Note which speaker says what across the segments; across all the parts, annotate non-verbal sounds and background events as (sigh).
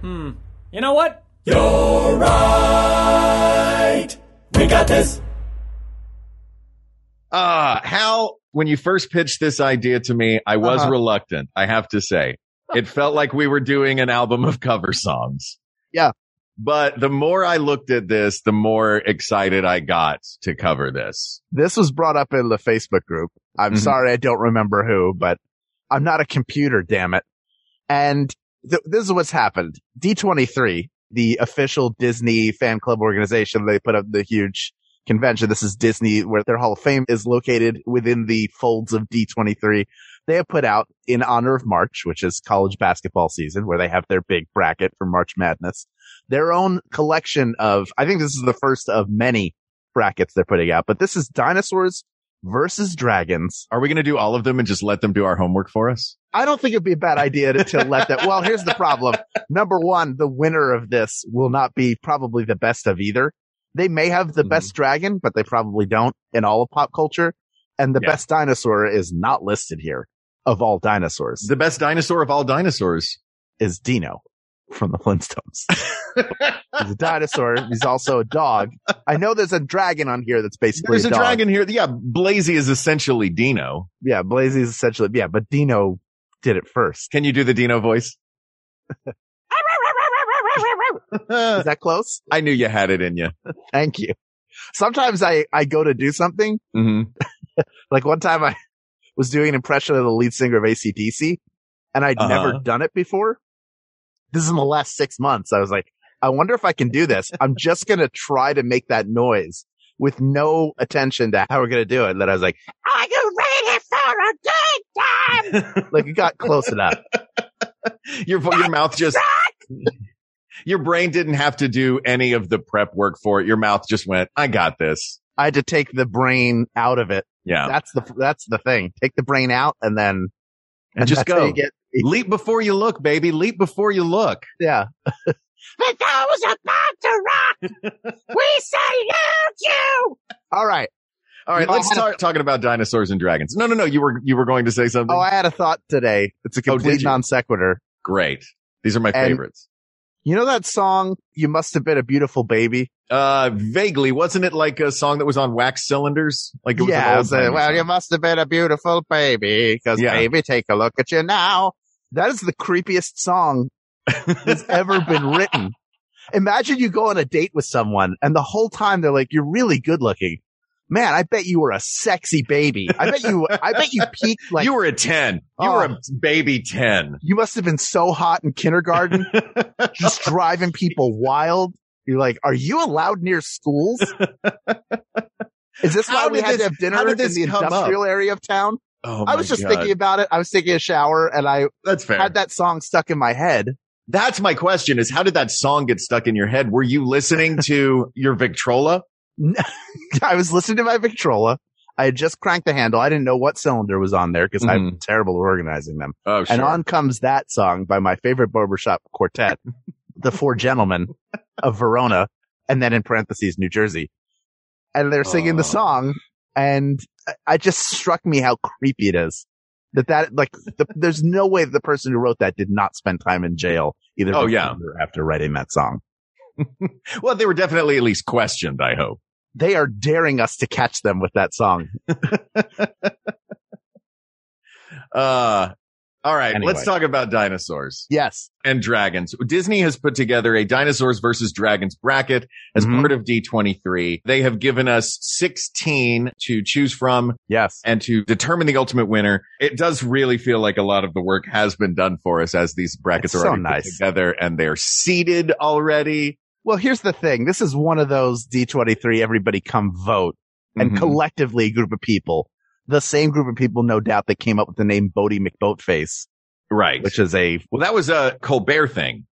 Speaker 1: Hmm. You know what? You're right. We got this.
Speaker 2: Uh, Hal, when you first pitched this idea to me, I was
Speaker 3: Uh-huh.
Speaker 2: reluctant, I have to say. It felt like we were doing an album of cover songs.
Speaker 3: Yeah.
Speaker 2: But the more I looked at this, the more excited I got to cover this.
Speaker 3: This was brought up in the Facebook group. I'm
Speaker 2: Mhm.
Speaker 3: sorry I don't remember who, but I'm not a computer, damn it. And th- this is what's happened. D23, the official Disney fan club organization, they put up the huge convention. This is Disney where their Hall of Fame is located within the folds of D23. They have put out in honor of March, which is college basketball season, where they have their big bracket for March Madness, their own collection of, I think this is the first of many brackets they're putting out, but this is dinosaurs versus dragons.
Speaker 2: Are we going to do all of them and just let them do our homework for us?
Speaker 3: I don't think it'd be a bad idea to, to let that. Well, here's the problem. Number one, the winner of this will not be probably the best of either. They may have the
Speaker 2: Mhm.
Speaker 3: best dragon, but they probably don't in all of pop culture. And the
Speaker 2: Yeah.
Speaker 3: best dinosaur is not listed here of all dinosaurs
Speaker 2: The best dinosaur of all dinosaurs.
Speaker 3: is Dino from the
Speaker 2: (laughs)
Speaker 3: Flintstones. he's a dinosaur. He's also a dog. I know there's a dragon on here that's basically
Speaker 2: There's a
Speaker 3: dog.
Speaker 2: dragon here. Yeah. Blazy is essentially Dino.
Speaker 3: Yeah, Blazy is essentially, yeah, but Dino did it first.
Speaker 2: Can you do the
Speaker 3: (laughs)
Speaker 2: Dino voice?
Speaker 3: Is that close?
Speaker 2: I knew you had it in you.
Speaker 3: Thank you. Sometimes I, I go to do something.
Speaker 2: hmm
Speaker 3: Like one time I (laughs) was doing an impression of the lead singer of ACDC and I'd
Speaker 2: Uh-huh.
Speaker 3: never done it before. This is in the last six months. I was like, I wonder if I can do this. I'm just going to try to make that noise with no attention to how we're going to do it. And then I was like, are you ready for a good time? like it got close enough.
Speaker 2: your vo-
Speaker 3: Ah,
Speaker 2: your mouth just (laughs) your brain didn't have to do any of the prep work for it. Your mouth just went, "I got this."
Speaker 3: I had to take the brain out of it.
Speaker 2: Yeah,
Speaker 3: That's the, that's the thing. Take the brain out and then
Speaker 2: and just
Speaker 3: that's how
Speaker 2: go.
Speaker 3: you get-
Speaker 2: Leap before you look, baby. Leap before you look.
Speaker 3: Yeah. the was about to rock. we salute you. All right.
Speaker 2: All right,
Speaker 3: No, I
Speaker 2: let's
Speaker 3: had a-
Speaker 2: start talking about dinosaurs and dragons. No, no, no. You were you were going to say something.
Speaker 3: Oh, I had a thought today. It's a
Speaker 2: Oh, did
Speaker 3: complete
Speaker 2: you?
Speaker 3: non sequitur.
Speaker 2: Great. These are my
Speaker 3: And-
Speaker 2: favorites.
Speaker 3: You know that song, You Must Have Been a Beautiful Baby?
Speaker 2: Uh, vaguely, wasn't it like a song that was on wax cylinders? Like it was
Speaker 3: yeah.
Speaker 2: an
Speaker 3: it
Speaker 2: old
Speaker 3: was a,
Speaker 2: time
Speaker 3: well,
Speaker 2: song.
Speaker 3: you must have been a beautiful baby because,
Speaker 2: Yeah.
Speaker 3: baby, take a look at you now. That is the creepiest song that's
Speaker 2: (laughs)
Speaker 3: ever been written. Imagine you go on a date with someone and the whole time they're like, you're really good looking. Man, I bet you were a sexy baby. I bet you, I bet you peaked like
Speaker 2: you were a ten. You
Speaker 3: Oh.
Speaker 2: were a baby
Speaker 3: (laughs)
Speaker 2: ten. Oh
Speaker 3: you must have been so hot in
Speaker 2: (laughs)
Speaker 3: kindergarten, just driving people wild. You're like, are you allowed near
Speaker 2: (laughs)
Speaker 3: schools? Is this
Speaker 2: How
Speaker 3: why we
Speaker 2: did
Speaker 3: had
Speaker 2: this-
Speaker 3: to have dinner
Speaker 2: how did
Speaker 3: in
Speaker 2: this
Speaker 3: the
Speaker 2: come up?
Speaker 3: industrial area of town?
Speaker 2: Oh,
Speaker 3: I was
Speaker 2: my
Speaker 3: just
Speaker 2: God.
Speaker 3: thinking about it. I was taking a shower and I
Speaker 2: That's fair.
Speaker 3: had that song stuck in my head. (laughs)
Speaker 2: That's my question is how did that song get stuck in your head? Were
Speaker 3: (laughs)
Speaker 2: you listening to your Victrola?
Speaker 3: I was listening to my Victrola. I had just cranked the handle. I didn't know what cylinder was on there because
Speaker 2: Mm-hmm.
Speaker 3: I'm terrible at organizing them.
Speaker 2: Oh,
Speaker 3: And on comes that song by my favorite barbershop quartet, (laughs) the Four Gentlemen of Verona, and then in parentheses, New Jersey. And they're singing the
Speaker 2: Oh.
Speaker 3: song, and I- it just struck me how creepy it is. That that like the, there's no way the person who wrote that did not spend time in jail either.
Speaker 2: Oh,
Speaker 3: before
Speaker 2: yeah.
Speaker 3: or after writing that song,
Speaker 2: well, they were definitely at least questioned, I hope.
Speaker 3: they are daring us to catch them with that song.
Speaker 2: Uh, all right.
Speaker 3: Anyway.
Speaker 2: Let's talk about dinosaurs
Speaker 3: Yes,
Speaker 2: and dragons. Disney has put together a dinosaurs versus dragons bracket as
Speaker 3: Mhm.
Speaker 2: part of D23. They have given us 16 to choose from.
Speaker 3: yes.
Speaker 2: and to determine the ultimate winner. It does really feel like a lot of the work has been done for us as these brackets
Speaker 3: It's
Speaker 2: are
Speaker 3: so
Speaker 2: already put
Speaker 3: nice.
Speaker 2: together and they're seated already.
Speaker 3: Well, here's the thing. This is one of those D23, everybody come vote and
Speaker 2: Mhm.
Speaker 3: collectively a group of people, the same group of people, no doubt, that came up with the name Bodie McBoatface,
Speaker 2: right.
Speaker 3: which is a,
Speaker 2: well, that was a Colbert thing.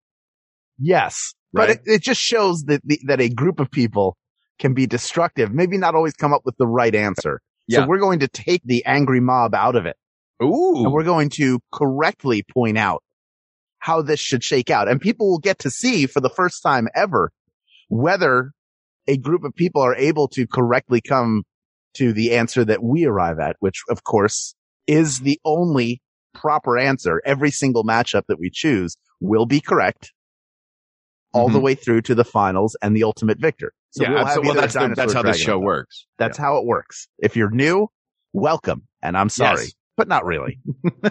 Speaker 3: Yes.
Speaker 2: Right?
Speaker 3: But it, it just shows that the, that a group of people can be destructive, maybe not always come up with the right answer.
Speaker 2: Yeah.
Speaker 3: So we're going to take the angry mob out of it and
Speaker 2: Ooh.
Speaker 3: we're going to correctly point out how this should shake out. And people will get to see for the first time ever whether a group of people are able to correctly come to the answer that we arrive at, which of course is the only proper answer. Every single matchup that we choose will be correct all the way through to the finals and the ultimate victor. So
Speaker 2: Mm-hmm. yeah,
Speaker 3: we'll have
Speaker 2: absolutely. Well,
Speaker 3: either
Speaker 2: that's, the,
Speaker 3: dinosaur
Speaker 2: that's
Speaker 3: or
Speaker 2: how this
Speaker 3: dragon.
Speaker 2: show works.
Speaker 3: That's how it works. If you're new, welcome. And I'm sorry,
Speaker 2: Yes.
Speaker 3: but not really.
Speaker 2: (laughs)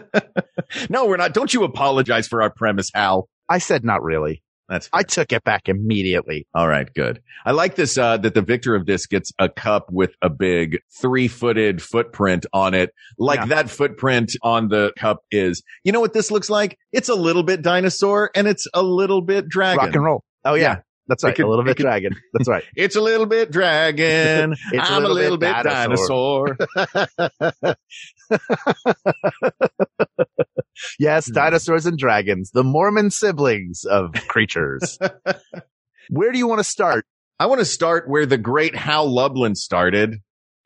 Speaker 2: No, we're not. Don't you apologize for our premise, Hal.
Speaker 3: I said not really.
Speaker 2: That's
Speaker 3: I took it back immediately.
Speaker 2: All right, good. I like this uh, that the victor of this gets a cup with a big three-footed footprint on it, like
Speaker 3: Yeah.
Speaker 2: that footprint on the cup is. You know what this looks like? It's a little bit dinosaur and it's a little bit dragon.
Speaker 3: Rock and roll. Oh yeah,
Speaker 2: Yeah.
Speaker 3: that's
Speaker 2: It
Speaker 3: right.
Speaker 2: could-
Speaker 3: a little
Speaker 2: it
Speaker 3: bit
Speaker 2: could-
Speaker 3: dragon. That's
Speaker 2: (laughs)
Speaker 3: right.
Speaker 2: It's a little bit dragon.
Speaker 3: (laughs) It's
Speaker 2: I'm a little bit, dinosaur.
Speaker 3: Yes,
Speaker 2: Hmm.
Speaker 3: dinosaurs and dragons, the Mormon siblings
Speaker 2: (laughs)
Speaker 3: of creatures. Where do you want to start?
Speaker 2: I want to start where the great Hal Lublin started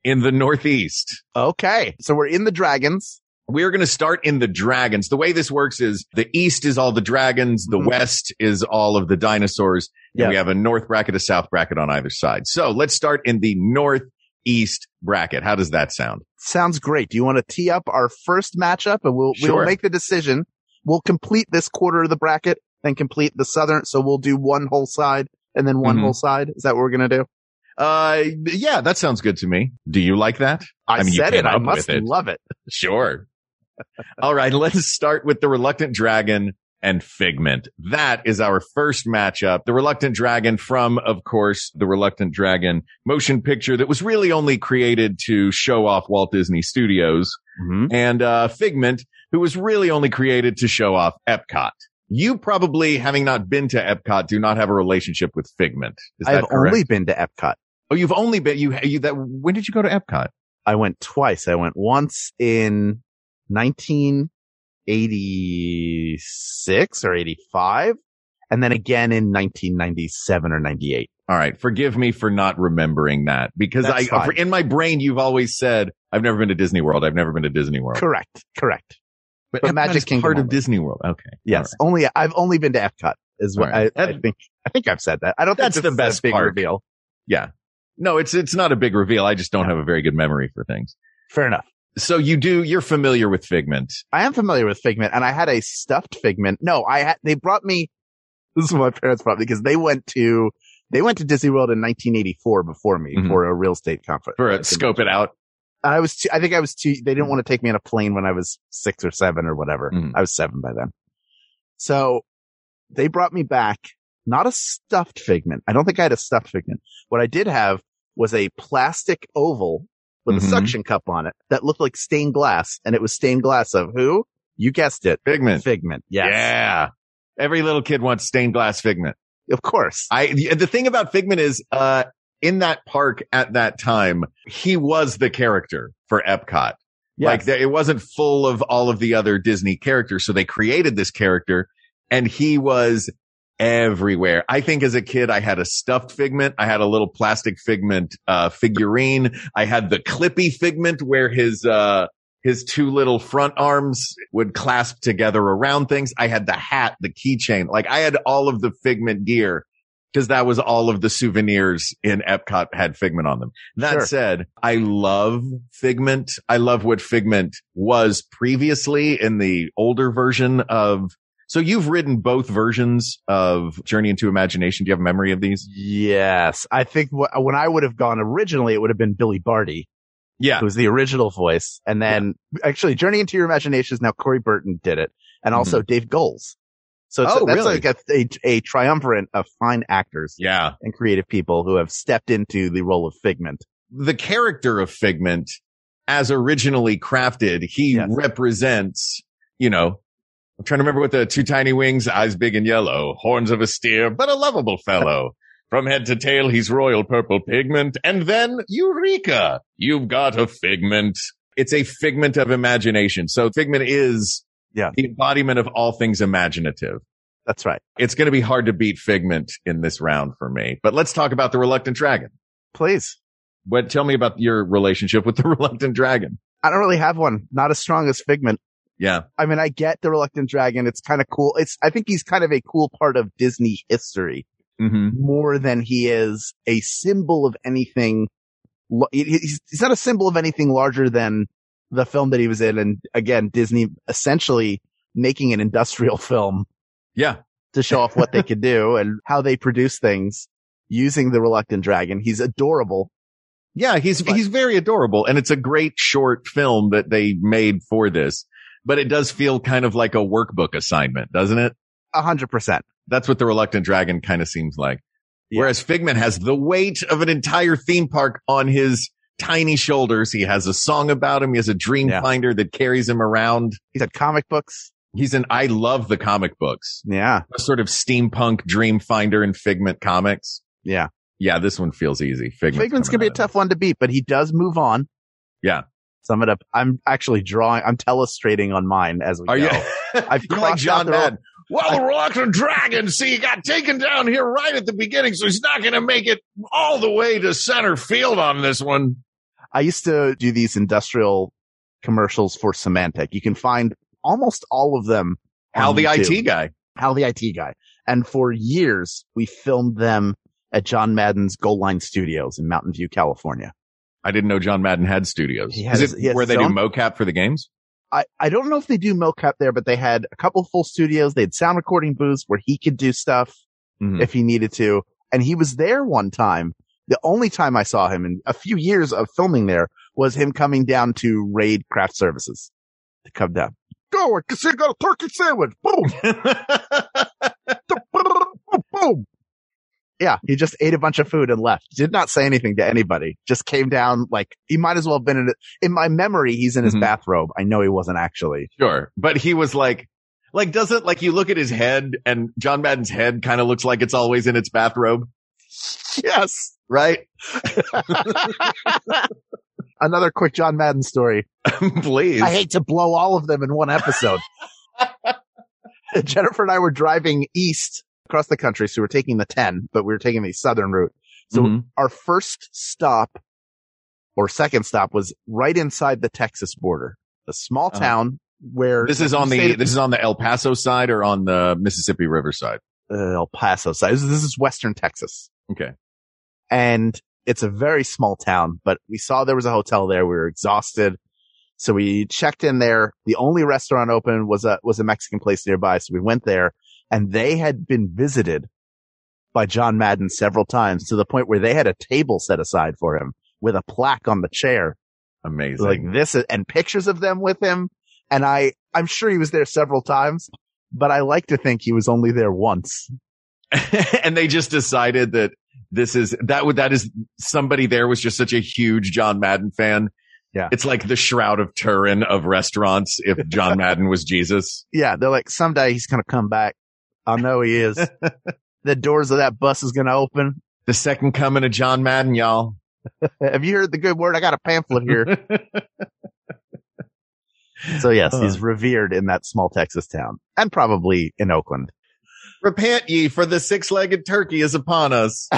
Speaker 2: in the Northeast.
Speaker 3: Okay, so we're in the dragons.
Speaker 2: We're going to start in the dragons. The way this works is the east is all the dragons, the
Speaker 3: Mhm.
Speaker 2: west is all of the dinosaurs. and
Speaker 3: Yeah.
Speaker 2: we have a north bracket, a south bracket on either side. So let's start in the northeast bracket. How does that sound?
Speaker 3: Sounds great. Do you want to tee up our first matchup, and we'll
Speaker 2: Sure.
Speaker 3: we'll make the decision. We'll complete this quarter of the bracket, then complete the southern. So we'll do one whole side and then one
Speaker 2: Mhm.
Speaker 3: whole side. Is that what we're gonna do?
Speaker 2: Uh, yeah, that sounds good to me. Do you like that?
Speaker 3: I,
Speaker 2: mean, you
Speaker 3: said
Speaker 2: came
Speaker 3: it. I
Speaker 2: up
Speaker 3: must
Speaker 2: with it.
Speaker 3: love it.
Speaker 2: Sure. all right. Let's start with the reluctant dragon and figment. That is our first matchup. The reluctant dragon from, of course, the reluctant dragon motion picture that was really only created to show off Walt Disney Studios. and uh, Figment, who was really only created to show off Epcot. You probably, having not been to Epcot, do not have a relationship with Figment. Is that
Speaker 3: I've
Speaker 2: correct?
Speaker 3: only been to Epcot.
Speaker 2: oh, you've only been you, you that. When did you go to Epcot?
Speaker 3: I went twice. I went once in 1986 or 85 and then again in 1997 or 98.
Speaker 2: All right, forgive me for not remembering that because
Speaker 3: That's
Speaker 2: I,
Speaker 3: fine.
Speaker 2: in my brain, you've always said, "I've never been to Disney World. I've never been to Disney World."
Speaker 3: Correct. Correct. but
Speaker 2: Epcot
Speaker 3: Magic
Speaker 2: is
Speaker 3: Kingdom
Speaker 2: part of
Speaker 3: only.
Speaker 2: Disney World. Okay,
Speaker 3: Yes. Only I've only been to Epcot is what
Speaker 2: All right.
Speaker 3: I, I
Speaker 2: That-
Speaker 3: think. I think I've said that. I don't
Speaker 2: That's
Speaker 3: think
Speaker 2: the
Speaker 3: this is
Speaker 2: best
Speaker 3: a big
Speaker 2: part.
Speaker 3: reveal.
Speaker 2: No, it's it's not a big reveal. I just don't have a very good memory for things.
Speaker 3: Fair enough.
Speaker 2: So you do. You're familiar with Figment.
Speaker 3: I am familiar with Figment, and I had a stuffed Figment. No, I had. They brought me. (laughs) This is what my parents brought me because they went to they went to Disney World in 1984 before me
Speaker 2: Mhm.
Speaker 3: for a real estate conference.
Speaker 2: For
Speaker 3: Like
Speaker 2: a,
Speaker 3: a
Speaker 2: scope it out.
Speaker 3: I was too, I think I was too, they didn't want to take me on a plane when I was six or seven or whatever.
Speaker 2: Mhm.
Speaker 3: I was seven by then. So they brought me back, not a stuffed figment. I don't think I had a stuffed figment. What I did have was a plastic oval with a
Speaker 2: Mhm.
Speaker 3: suction cup on it that looked like stained glass and it was stained glass of who? You guessed it.
Speaker 2: Figment.
Speaker 3: Figment. Yes.
Speaker 2: Yeah. Every little kid wants stained glass figment.
Speaker 3: Of course.
Speaker 2: I the thing about Figment is uh in that park at that time, he was the character for Epcot. Like
Speaker 3: Yes.
Speaker 2: there, it wasn't full of all of the other Disney characters, so they created this character and he was everywhere. I think as a kid I had a stuffed Figment, I had a little plastic Figment uh figurine, I had the clippy Figment where his uh his two little front arms would clasp together around things. I had the hat, the keychain. Like I had all of the Figment gear because that was all of the souvenirs in Epcot had Figment on them. That
Speaker 3: Sure.
Speaker 2: said, I love Figment. I love what Figment was previously in the older version of. So you've ridden both versions of Journey into Imagination. Do you have a memory of these?
Speaker 3: Yes. I think wh- when I would have gone originally, it would have been Billy Barty.
Speaker 2: Yeah.
Speaker 3: who's the original voice. And then actually Journey into Your Imagination is now Corey Burton did it and also Dave Goles. So it's
Speaker 2: Mm-hmm. Oh,
Speaker 3: that's
Speaker 2: really?
Speaker 3: like a, a, a triumvirate of fine actors
Speaker 2: Yeah.
Speaker 3: and creative people who have stepped into the role of Figment.
Speaker 2: the character of Figment as originally crafted, he
Speaker 3: Yes.
Speaker 2: represents, you know, I'm trying to remember what the two tiny wings, eyes big and yellow, horns of a steer, but a lovable fellow. From head to tail, he's royal purple pigment. And then Eureka! You've got a figment. It's a figment of imagination. So figment is
Speaker 3: Yeah.
Speaker 2: the embodiment of all things imaginative.
Speaker 3: That's right.
Speaker 2: It's going to be hard to beat Figment in this round for me. But let's talk about the Reluctant Dragon.
Speaker 3: Please.
Speaker 2: What? Tell me about your relationship with the (laughs) Reluctant Dragon.
Speaker 3: I don't really have one. Not as strong as Figment.
Speaker 2: Yeah.
Speaker 3: I mean, I get the reluctant dragon. It's kind of cool. It's, I think he's kind of a cool part of Disney history
Speaker 2: Mm-hmm.
Speaker 3: more than he is a symbol of anything. lo- he- He's, he's not a symbol of anything larger than the film that he was in. And again, Disney essentially making an industrial (laughs) film
Speaker 2: Yeah.
Speaker 3: to show off what they could do and how they produce things using the reluctant dragon. He's adorable.
Speaker 2: Yeah, he's
Speaker 3: But-
Speaker 2: he's very adorable, and it's a great short film that they made for this. But it does feel kind of like a workbook assignment, doesn't it?
Speaker 3: A hundred percent.
Speaker 2: That's what the Reluctant Dragon kind of seems like.
Speaker 3: Yeah.
Speaker 2: Whereas Figment has the weight of an entire theme park on his tiny shoulders. He has a song about him. He has a dream
Speaker 3: Yeah.
Speaker 2: finder that carries him around.
Speaker 3: He's had comic books.
Speaker 2: He's an I love the comic books,
Speaker 3: Yeah.
Speaker 2: a sort of steampunk dream finder in Figment comics.
Speaker 3: Yeah.
Speaker 2: Yeah, this one feels easy. Figment's,
Speaker 3: Figment's gonna
Speaker 2: coming
Speaker 3: be a
Speaker 2: out.
Speaker 3: tough one to beat, but he does move on.
Speaker 2: Yeah.
Speaker 3: Sum it up. I'm actually drawing. I'm telestrating on mine as we
Speaker 2: Are
Speaker 3: go.
Speaker 2: you? (laughs)
Speaker 3: I've
Speaker 2: Oh, You're like
Speaker 3: crossed
Speaker 2: John
Speaker 3: out the road.
Speaker 2: Madden. Well, the reluctant dragon, see, he got taken down here right at the beginning, so he's not going to make it all the way to center field on this one.
Speaker 3: I used to do these industrial commercials for Symantec. You can find almost all of them.
Speaker 2: How
Speaker 3: on
Speaker 2: the
Speaker 3: YouTube.
Speaker 2: IT guy.
Speaker 3: Hal the IT guy. And for years, we filmed them at John Madden's Gold Line Studios in Mountain View, California.
Speaker 2: I didn't know John Madden had studios.
Speaker 3: He has-
Speaker 2: Is
Speaker 3: he
Speaker 2: it
Speaker 3: has
Speaker 2: where they do
Speaker 3: his own-
Speaker 2: mocap for the games?
Speaker 3: I, I don't know if they do mocap there, but they had a couple full studios. They had sound recording booths where he could do stuff
Speaker 2: Mhm.
Speaker 3: if he needed to. And he was there one time. The only time I saw him in a few years of filming there was him coming down to raid craft services to come down. Go, I can see you got a turkey sandwich. Boom, boom, boom. Yeah, he just ate a bunch of food and left. Did not say anything to anybody. Just came down like he might as well have been in. In my memory, he's in his
Speaker 2: Mhm.
Speaker 3: bathrobe. I know he wasn't actually.
Speaker 2: (laughs)
Speaker 3: (laughs)
Speaker 2: sure. But he was like, like, doesn't, like, you look at his head and John Madden's head kind of looks like it's always in its bathrobe,
Speaker 3: Yes.
Speaker 2: right?
Speaker 3: another quick John Madden story.
Speaker 2: (laughs) Please.
Speaker 3: I hate to blow all of them in one episode. Jennifer and I were driving east across the country, so we were taking the 10, but we were taking the southern route. So
Speaker 2: Mhm.
Speaker 3: our first stop or second stop was right inside the Texas border, a small
Speaker 2: Uh-huh.
Speaker 3: town where
Speaker 2: This is on the,
Speaker 3: state-
Speaker 2: this is on the El Paso side or on the Mississippi River side?
Speaker 3: uh, El Paso side. This is, this is Western Texas.
Speaker 2: Okay.
Speaker 3: And it's a very small town, but we saw there was a hotel there. We were exhausted. So we checked in there. The only restaurant open was a, was a Mexican place nearby. So we went there and they had been visited by John Madden several times to the point where they had a table set aside for him with a plaque on the chair
Speaker 2: Amazing.
Speaker 3: like this is- and pictures of them with him. And I, I'm sure he was there several times, but I like to think he was only there once.
Speaker 2: (laughs) and they just decided that this is that would that is somebody there was just such a huge John Madden fan.
Speaker 3: Yeah.
Speaker 2: It's like the Shroud of Turin of restaurants if John Madden was Jesus.
Speaker 3: Yeah, they're like, someday he's gonna come back. I know he is. the doors of that bus is gonna open.
Speaker 2: The second coming of John Madden, y'all.
Speaker 3: Have you heard the good word? I got a pamphlet
Speaker 2: (laughs)
Speaker 3: here. so yes, he's revered in that small Texas town and probably in Oakland.
Speaker 2: Repent ye for the six-legged turkey is upon us.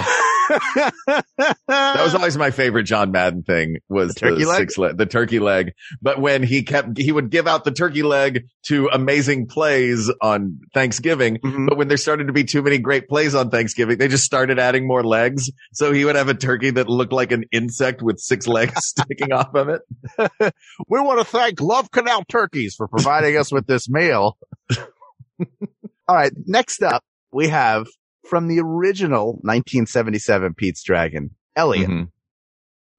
Speaker 3: that
Speaker 2: That
Speaker 3: Um,
Speaker 2: was always my favorite John Madden thing was
Speaker 3: The turkey
Speaker 2: the
Speaker 3: leg?
Speaker 2: six leg, the turkey leg. But when he kept, he would give out the turkey leg to amazing plays on Thanksgiving.
Speaker 3: Mhm.
Speaker 2: But when there started to be too many great plays on Thanksgiving, they just started adding more legs. So he would have a turkey that looked like an insect with six legs (laughs) sticking off of it.
Speaker 3: we want to thank Love Canal Turkeys for providing us with this meal. All right. Next up, we have from the original 1977 Pete's Dragon, Elliot
Speaker 2: Mm-hmm.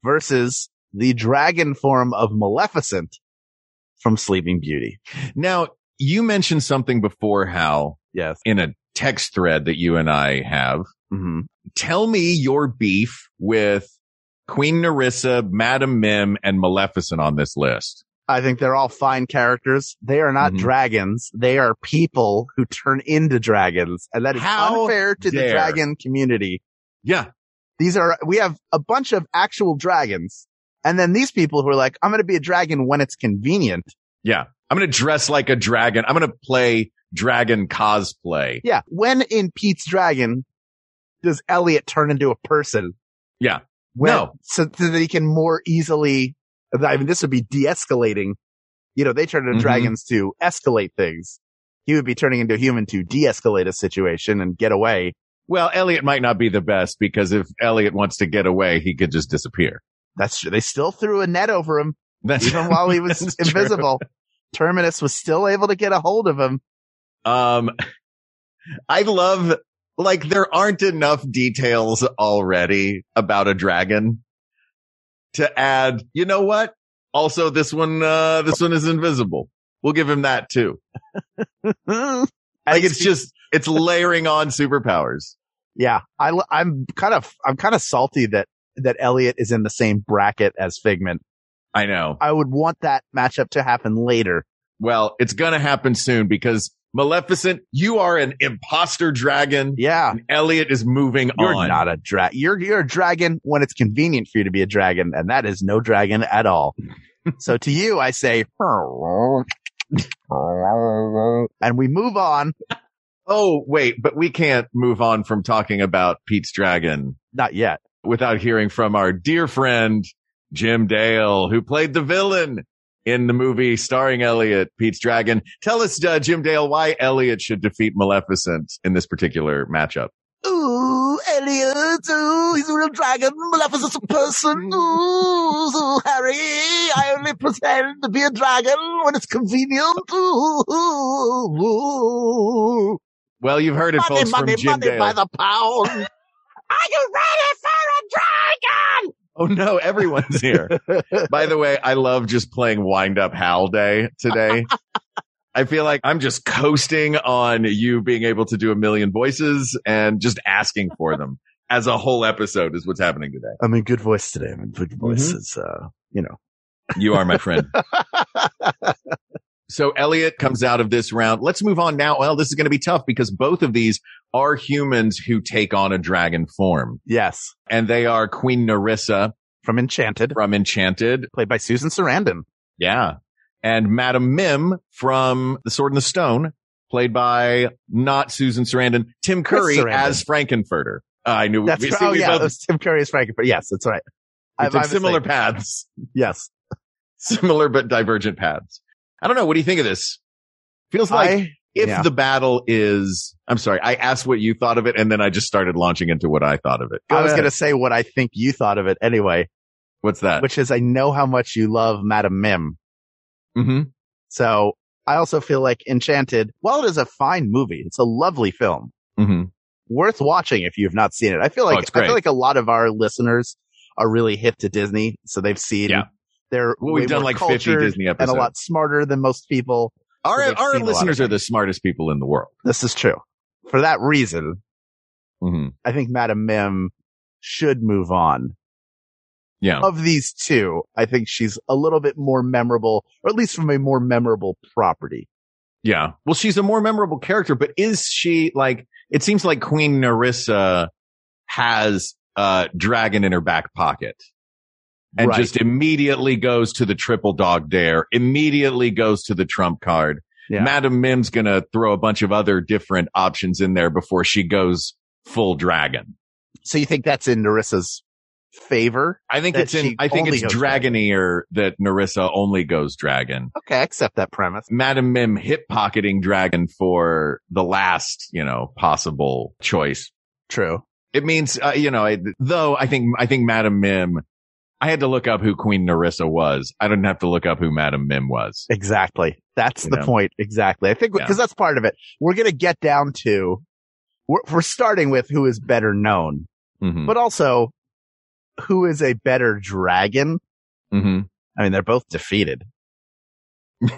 Speaker 3: versus the dragon form of Maleficent from Sleeping Beauty.
Speaker 2: Now you mentioned something before how
Speaker 3: Yes.
Speaker 2: in a text thread that you and I have
Speaker 3: hmm
Speaker 2: Mm-hmm. tell me your beef with Queen Narissa, Madam Mim, and Maleficent on this list.
Speaker 3: I think they're all fine characters. They are not
Speaker 2: Mhm.
Speaker 3: dragons. They are people who turn into dragons. And that is
Speaker 2: How
Speaker 3: unfair to the
Speaker 2: dare.
Speaker 3: dragon community.
Speaker 2: Yeah.
Speaker 3: These are, we have a bunch of actual dragons. And then these people who are like, I'm going to be a dragon when it's convenient.
Speaker 2: I'm going to dress like a dragon. I'm going to play dragon cosplay.
Speaker 3: Yeah. When in Pete's Dragon does Elliot turn into a person?
Speaker 2: Yeah.
Speaker 3: When,
Speaker 2: No.
Speaker 3: So, so that he can more easily, I mean, this would be de-escalating. You know, they turn into
Speaker 2: Mhm.
Speaker 3: dragons to escalate things. He would be turning into a human to de-escalate a situation and get away.
Speaker 2: Well, Elliot might not be the best because if Elliot wants to get away, he could just disappear. (laughs)
Speaker 3: That's true. They still threw a net over him,
Speaker 2: That's
Speaker 3: even while
Speaker 2: (laughs)
Speaker 3: he was
Speaker 2: That's true.
Speaker 3: invisible. Terminus was still able to get a hold of him. (laughs)
Speaker 2: Um, (laughs) I love like there aren't enough details already about a dragon to add. You know what? Also, this one, uh, this one is invisible. We'll give him that too. Like it's just,
Speaker 3: (laughs)
Speaker 2: it's layering on superpowers.
Speaker 3: Yeah, I, l- I'm kind of I'm kind of salty that that Elliot is in the same bracket as Figment.
Speaker 2: I know.
Speaker 3: I would want that matchup to happen later.
Speaker 2: Well, it's going to happen soon because Maleficent, you are an imposter dragon.
Speaker 3: Yeah,
Speaker 2: And Elliot is moving
Speaker 3: you're
Speaker 2: on.
Speaker 3: not a drag. You're you're a dragon when it's convenient for you to be a dragon, and that is no dragon at all. so to you, I say, (laughs) and we move on.
Speaker 2: oh, wait, but we can't move on from talking about Pete's dragon
Speaker 3: Not yet.
Speaker 2: without hearing from our dear friend, Jim Dale, who played the villain in the movie starring Elliot, Pete's Dragon. Tell us, uh, Jim Dale, why Elliot should defeat Maleficent in this particular matchup.
Speaker 3: Ooh, Elliot, ooh, he's a real dragon. Maleficent's a
Speaker 2: Mm.
Speaker 3: person. Ooh, so Harry, I only pretend to be a dragon when it's convenient. Ooh, ooh, ooh.
Speaker 2: Well, you've heard it,
Speaker 3: Money,
Speaker 2: folks,
Speaker 3: money,
Speaker 2: from Jim
Speaker 3: money
Speaker 2: Dale.
Speaker 3: by the pound. Are you ready for
Speaker 2: oh, no, everyone's here.
Speaker 3: a dragon?
Speaker 2: (laughs) By the way, I love just playing Wind Up Hal Day
Speaker 3: (laughs)
Speaker 2: today. I feel like I'm just coasting on you being able to do a million voices and just asking for them as a whole episode is what's happening today.
Speaker 3: I'm in good voice today. I'm in good
Speaker 2: voice.
Speaker 3: Uh, you know.
Speaker 2: You are my friend. so Elliot comes out of this round. Let's move on now. Well, this is going to be tough because both of these are humans who take on a dragon form
Speaker 3: Yes.
Speaker 2: and they are Queen Narissa
Speaker 3: From Enchanted,
Speaker 2: from Enchanted.
Speaker 3: played by Susan Sarandon.
Speaker 2: Yeah. And Madame Mim from The Sword and the Stone, played by not Susan Sarandon, Tim
Speaker 3: Chris
Speaker 2: Curry
Speaker 3: Sarandon.
Speaker 2: as Frankenfurter. Uh, I knew
Speaker 3: That's
Speaker 2: we,
Speaker 3: right.
Speaker 2: see,
Speaker 3: Oh,
Speaker 2: we
Speaker 3: yeah.
Speaker 2: both
Speaker 3: it was Tim Curry as Frankenfurter. Yes, that's right.
Speaker 2: we
Speaker 3: I-
Speaker 2: took
Speaker 3: my
Speaker 2: similar
Speaker 3: mistake.
Speaker 2: paths, (laughs)
Speaker 3: Yes.
Speaker 2: similar but divergent paths. I don't know. What do you think of this? Feels like
Speaker 3: I-
Speaker 2: if
Speaker 3: Yeah.
Speaker 2: the battle is i'm sorry i asked what you thought of it and then i just started launching into what i thought of it Go
Speaker 3: I was
Speaker 2: ahead.
Speaker 3: going to say what I think you thought of it anyway,
Speaker 2: what's that
Speaker 3: which is I know how much you love Madame Mim.
Speaker 2: hmm
Speaker 3: So I also feel like Enchanted, while it is a fine movie, it's a lovely film
Speaker 2: hmm
Speaker 3: worth watching if you've not seen it. I feel
Speaker 2: Oh,
Speaker 3: like,
Speaker 2: it's
Speaker 3: I
Speaker 2: great.
Speaker 3: feel like a lot of our listeners are really hip to Disney. So they've seen,
Speaker 2: Yeah.
Speaker 3: they're,
Speaker 2: well
Speaker 3: way
Speaker 2: we've done
Speaker 3: more
Speaker 2: like
Speaker 3: cultured
Speaker 2: 50 disney
Speaker 3: and
Speaker 2: episodes
Speaker 3: a lot smarter than most people.
Speaker 2: our,
Speaker 3: so they've
Speaker 2: our
Speaker 3: seen a lot
Speaker 2: listeners
Speaker 3: of
Speaker 2: are the smartest people in the world
Speaker 3: This is true. For that reason,
Speaker 2: hmm
Speaker 3: I think Madame Mim should move on.
Speaker 2: yeah
Speaker 3: of these two, I think she's a little bit more memorable, or at least from a more memorable property.
Speaker 2: yeah well she's a more memorable character but is she like it seems like queen narissa has uh dragon in her back pocket and
Speaker 3: Right.
Speaker 2: just immediately goes to the triple dog dare, immediately goes to the trump card.
Speaker 3: Yeah.
Speaker 2: Madam Mim's going to throw a bunch of other different options in there before she goes full dragon.
Speaker 3: So you think that's in Narissa's favor?
Speaker 2: I think
Speaker 3: That
Speaker 2: it's in,
Speaker 3: she
Speaker 2: I think
Speaker 3: only
Speaker 2: it's
Speaker 3: goes dragon.
Speaker 2: Dragonier that Narissa only goes dragon.
Speaker 3: Okay, I accept that premise.
Speaker 2: Madam Mim hip pocketing dragon for the last, you know, possible choice.
Speaker 3: True.
Speaker 2: It means, uh, you know, I, though I think, I think Madam Mim, I had to look up who Queen Narissa was. I didn't have to look up who Madam Mim was.
Speaker 3: Exactly. That's the
Speaker 2: Yeah.
Speaker 3: point. Exactly. I think
Speaker 2: Yeah.
Speaker 3: because that's part of it. We're going to get down to, we're, we're starting with who is better known,
Speaker 2: Mm-hmm.
Speaker 3: but also who is a better dragon?
Speaker 2: Mm-hmm.
Speaker 3: I mean, they're both defeated.
Speaker 2: (laughs)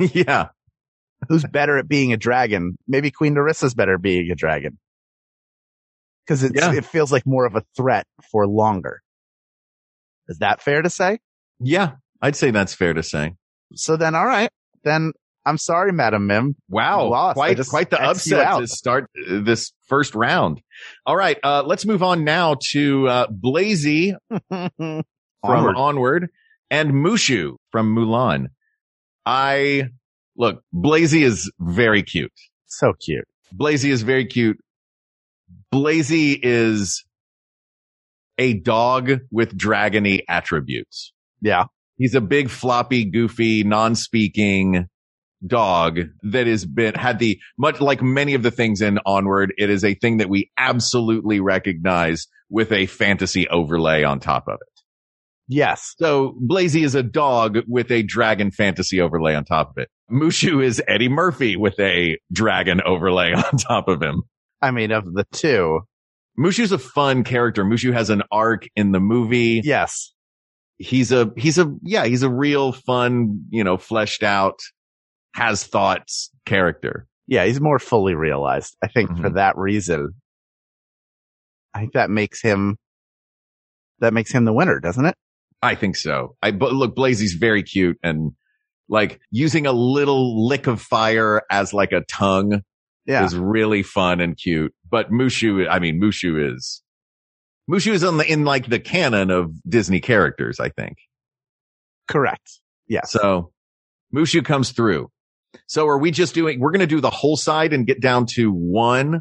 Speaker 2: yeah.
Speaker 3: who's better at being a dragon? Maybe Queen Narissa's better at being a dragon. Cause it's,
Speaker 2: Yeah.
Speaker 3: it feels like more of a threat for longer. Is that fair to say?
Speaker 2: Yeah. I'd say that's fair to say.
Speaker 3: So then, all right, then I'm sorry, Madam Mim.
Speaker 2: Wow.
Speaker 3: You lost. I
Speaker 2: Quite,
Speaker 3: just
Speaker 2: quite the
Speaker 3: X'd you
Speaker 2: upset
Speaker 3: out.
Speaker 2: to start uh, this first round. All right. Uh, let's move on now to, uh, Blazy
Speaker 3: Onward.
Speaker 2: from Onward. and Mushu from Mulan. I look, Blazy is very cute.
Speaker 3: (laughs) So cute.
Speaker 2: Blazy is very cute. Blazy is a dog with dragony attributes.
Speaker 3: Yeah.
Speaker 2: He's a big floppy, goofy, non-speaking dog that has been had the much like many of the things in Onward. It is a thing that we absolutely recognize with a fantasy overlay on top of it.
Speaker 3: Yes.
Speaker 2: So Blazy is a dog with a dragon fantasy overlay on top of it. Mushu is Eddie Murphy with a dragon overlay (laughs) on top of him.
Speaker 3: I mean, of the two.
Speaker 2: Mushu's a fun character. Mushu has an arc in the movie.
Speaker 3: Yes.
Speaker 2: He's a, he's a, yeah, he's a real fun, you know, fleshed out, has thoughts character.
Speaker 3: Yeah. He's more fully realized. I think for that reason, I think that makes him, that makes him the winner, doesn't it?
Speaker 2: I think so. I, but look, Blazy's very cute and like using a little lick of fire as like a tongue
Speaker 3: Yeah.
Speaker 2: is really fun and cute. But Mushu, I mean, Mushu is Mushu is on the in like the canon of Disney characters, I think.
Speaker 3: Correct. Yes.
Speaker 2: So Mushu comes through. So are we just doing? We're going to do the whole side and get down to one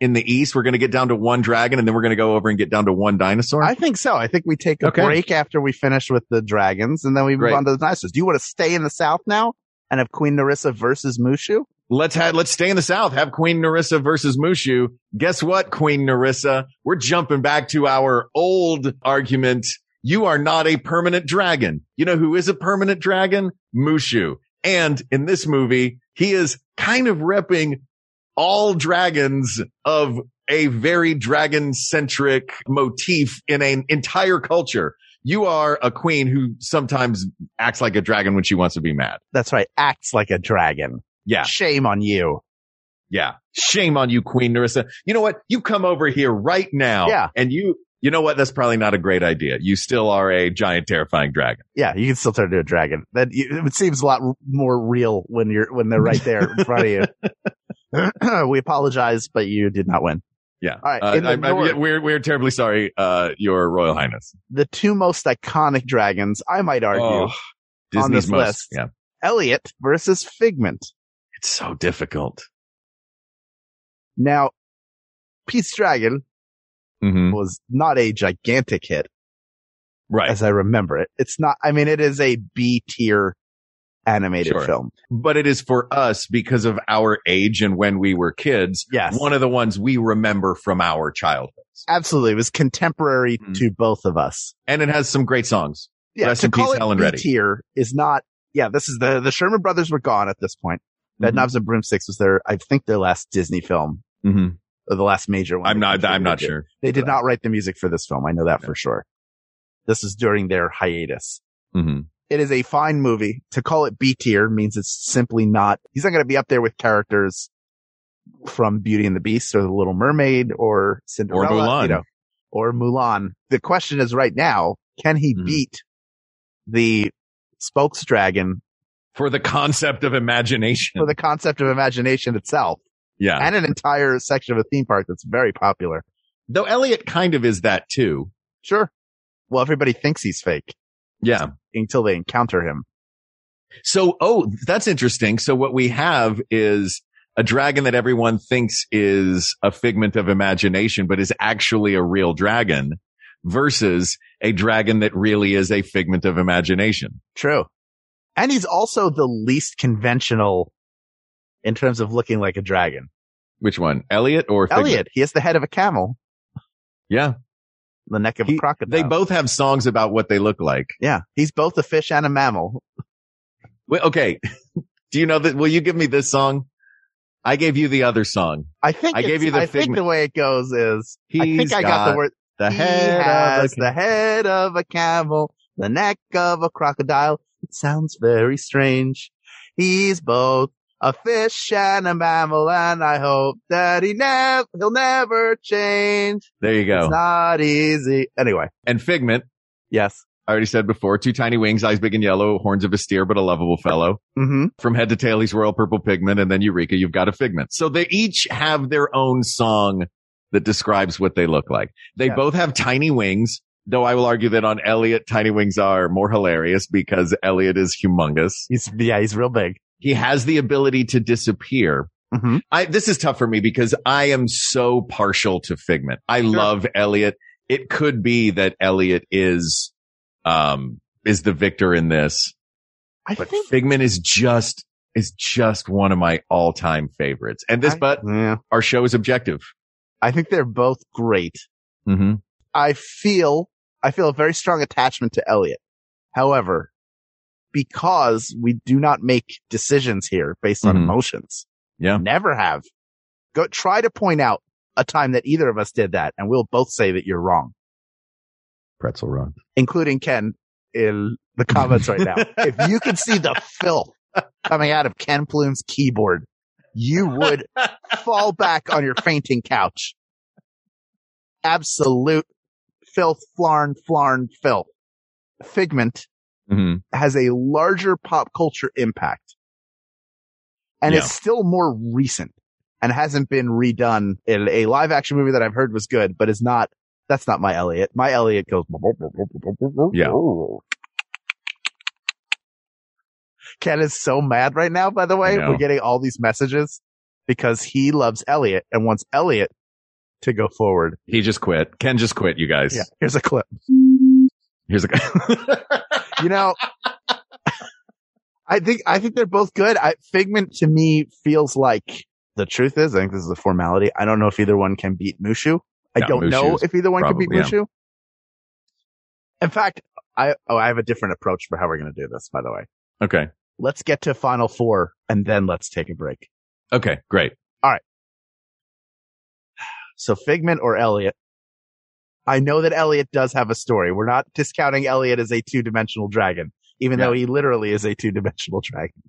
Speaker 2: in the east. We're going to get down to one dragon, and then we're going to go over and get down to one dinosaur.
Speaker 3: I think so. I think we take a
Speaker 2: Okay.
Speaker 3: break after we finish with the dragons and then we move
Speaker 2: Great.
Speaker 3: on to the dinosaurs. Do you want to stay in the south now and have Queen Narissa versus Mushu?
Speaker 2: let's have let's stay in the south. Have Queen Narissa versus Mushu. Guess what, Queen Narissa? We're jumping back to our old argument. You are not a permanent dragon. You know who is a permanent dragon? Mushu. And in this movie, he is kind of repping all dragons of a very dragon centric motif in an entire culture. You are a queen who sometimes acts like a dragon when she wants to be mad.
Speaker 3: That's right. Acts like a dragon.
Speaker 2: Yeah.
Speaker 3: Shame on you.
Speaker 2: Yeah. Shame on you, Queen Narissa. You know what? You come over here right now.
Speaker 3: Yeah.
Speaker 2: And you, you know what? That's probably not a great idea. You still are a giant, terrifying dragon.
Speaker 3: Yeah, you can still turn into a dragon. That you, it seems a lot more real when you're when they're right there in front of
Speaker 2: (laughs)
Speaker 3: you. (clears throat) we apologize, but you did not win.
Speaker 2: Yeah.
Speaker 3: All right,
Speaker 2: Uh,
Speaker 3: in the
Speaker 2: I'm- I'm-
Speaker 3: north-
Speaker 2: yeah, we're, we're terribly sorry, uh, Your Royal Highness.
Speaker 3: The two most iconic dragons, I might argue,
Speaker 2: Oh, Disney's
Speaker 3: on this
Speaker 2: most,
Speaker 3: list.
Speaker 2: Yeah.
Speaker 3: Elliot versus Figment.
Speaker 2: It's so difficult.
Speaker 3: Now, Pete's Dragon
Speaker 2: hmm
Speaker 3: was not a gigantic hit
Speaker 2: Right.
Speaker 3: as I remember it. It's not, I mean, it is a B tier animated
Speaker 2: Sure.
Speaker 3: film.
Speaker 2: but it is for us because of our age and when we were kids.
Speaker 3: Yes.
Speaker 2: One of the ones we remember from our childhoods.
Speaker 3: Absolutely. It was contemporary
Speaker 2: Mhm.
Speaker 3: to both of us.
Speaker 2: And it has some great songs.
Speaker 3: Yeah.
Speaker 2: Rest
Speaker 3: to
Speaker 2: in
Speaker 3: call
Speaker 2: peace,
Speaker 3: it
Speaker 2: Helen
Speaker 3: B
Speaker 2: Reddy.
Speaker 3: tier is not, yeah, this is the, the Sherman brothers were gone at this point. Bed
Speaker 2: Mhm.
Speaker 3: Knobs and Broomsticks was their, I think their last Disney film
Speaker 2: hmm
Speaker 3: or the last major one.
Speaker 2: I'm
Speaker 3: they
Speaker 2: not, I'm
Speaker 3: contributed
Speaker 2: not
Speaker 3: to.
Speaker 2: sure.
Speaker 3: They did not write the music for this film. I know that for sure. This is during their hiatus.
Speaker 2: hmm
Speaker 3: It is a fine movie. To call it B tier means it's simply not, he's not going to be up there with characters from Beauty and the Beast or The Little Mermaid or Cinderella.
Speaker 2: Mulan.
Speaker 3: You know, or Mulan. The question is right now, can he
Speaker 2: Mhm.
Speaker 3: beat the spokes dragon
Speaker 2: For the concept of imagination.
Speaker 3: for the concept of imagination itself
Speaker 2: yeah.
Speaker 3: and an entire section of a theme park that's very popular?
Speaker 2: Though Elliot kind of is that too.
Speaker 3: Sure. Well, everybody thinks he's fake
Speaker 2: Yeah.
Speaker 3: until they encounter him.
Speaker 2: So, oh, that's interesting. So what we have is a dragon that everyone thinks is a figment of imagination, but is actually a real dragon versus a dragon that really is a figment of imagination.
Speaker 3: True. And he's also the least conventional in terms of looking like a dragon.
Speaker 2: Which one? Elliot or figment?
Speaker 3: Elliot, he has the head of a camel,
Speaker 2: Yeah.
Speaker 3: the neck of
Speaker 2: He-
Speaker 3: a crocodile.
Speaker 2: They both have songs about what they look like.
Speaker 3: yeah, he's both a fish and a mammal.
Speaker 2: Wait, okay. (laughs) Do you know that? Will you give me this song? I gave you the other song.
Speaker 3: I think
Speaker 2: I gave
Speaker 3: it's-
Speaker 2: you the
Speaker 3: I think
Speaker 2: figment.
Speaker 3: the way it goes is I think
Speaker 2: He's
Speaker 3: I got, the word.
Speaker 2: The
Speaker 3: he
Speaker 2: head of
Speaker 3: has
Speaker 2: a-
Speaker 3: the head of a camel, the neck of a crocodile. It sounds very strange. He's both a fish and a mammal, and I hope that he never he'll never change.
Speaker 2: There you
Speaker 3: It's
Speaker 2: go.
Speaker 3: not easy. Anyway,
Speaker 2: And Figment.
Speaker 3: yes.
Speaker 2: I already said before, two tiny wings, eyes big and yellow, horns of a steer, but a lovable fellow.
Speaker 3: Mm-hmm.
Speaker 2: From head to tail, he's royal purple pigment, and then Eureka, you've got a figment. So they each have their own song that describes what they look like. They
Speaker 3: Yeah.
Speaker 2: both have tiny wings, though I will argue that on Elliot, tiny wings are more hilarious because Elliot is humongous.
Speaker 3: He's yeah, he's real big.
Speaker 2: He has the ability to disappear,
Speaker 3: Mhm.
Speaker 2: I this is tough for me because I am so partial to Figment. I love Elliot. It could be that Elliot is um is the victor in this,
Speaker 3: I
Speaker 2: but
Speaker 3: think.
Speaker 2: Figment is just is just one of my all-time favorites. And this
Speaker 3: I-
Speaker 2: but
Speaker 3: Yeah.
Speaker 2: our show is objective.
Speaker 3: I think they're both great.
Speaker 2: Mm-hmm.
Speaker 3: I feel, I feel a very strong attachment to Elliot. However, because we do not make decisions here based on
Speaker 2: Mhm.
Speaker 3: emotions.
Speaker 2: Yeah.
Speaker 3: Never have. Go try to point out a time that either of us did that and we'll both say that you're wrong,
Speaker 2: Pretzel run.
Speaker 3: including Ken in the comments right now. if you could see the filth coming out of Ken Plume's keyboard, you would fall back on your fainting couch. Absolute filth, flarn, flarn, filth. Figment
Speaker 2: hmm
Speaker 3: has a larger pop culture impact and
Speaker 2: Yeah.
Speaker 3: it's still more recent and hasn't been redone in a live action movie that I've heard was good, but is not, that's not my Elliot. My Elliot goes.
Speaker 2: Yeah.
Speaker 3: (laughs) Ken is so mad right now, by the way.
Speaker 2: I know.
Speaker 3: We're getting all these messages because he loves Elliot and wants Elliot to go forward.
Speaker 2: He just quit. Ken just quit, you guys.
Speaker 3: Yeah. Here's a clip.
Speaker 2: Here's a guy. (laughs)
Speaker 3: you know, I think I think they're both good. I, Figment to me feels like the truth is. I think this is a formality. I don't know if either one can beat Mushu. I
Speaker 2: Yeah,
Speaker 3: don't know
Speaker 2: Mushu's
Speaker 3: if either one can beat
Speaker 2: probably-
Speaker 3: Mushu. In fact, I oh I have a different approach for how we're going to do this. By the way,
Speaker 2: okay.
Speaker 3: let's get to Final Four and then let's take a break.
Speaker 2: Okay. Great.
Speaker 3: So Figment or Elliot. I know that Elliot does have a story. We're not discounting Elliot as a two-dimensional dragon, even
Speaker 2: Yeah.
Speaker 3: though he literally is a two-dimensional dragon.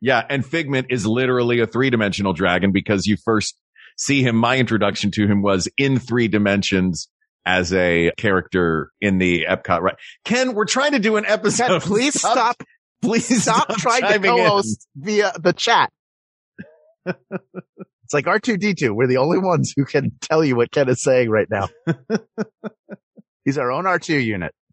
Speaker 2: Yeah. And Figment is literally a three dimensional dragon because you first see him. My introduction to him was in three dimensions as a character in the Epcot. Right. Ken, we're trying to do an episode.
Speaker 3: Ken, please stop
Speaker 2: Please
Speaker 3: stop trying to
Speaker 2: chiming in.
Speaker 3: co-host via the chat. it's like R2D2. We're the only ones who can tell you what Ken is saying right (laughs) now. He's our own R2 unit. (laughs)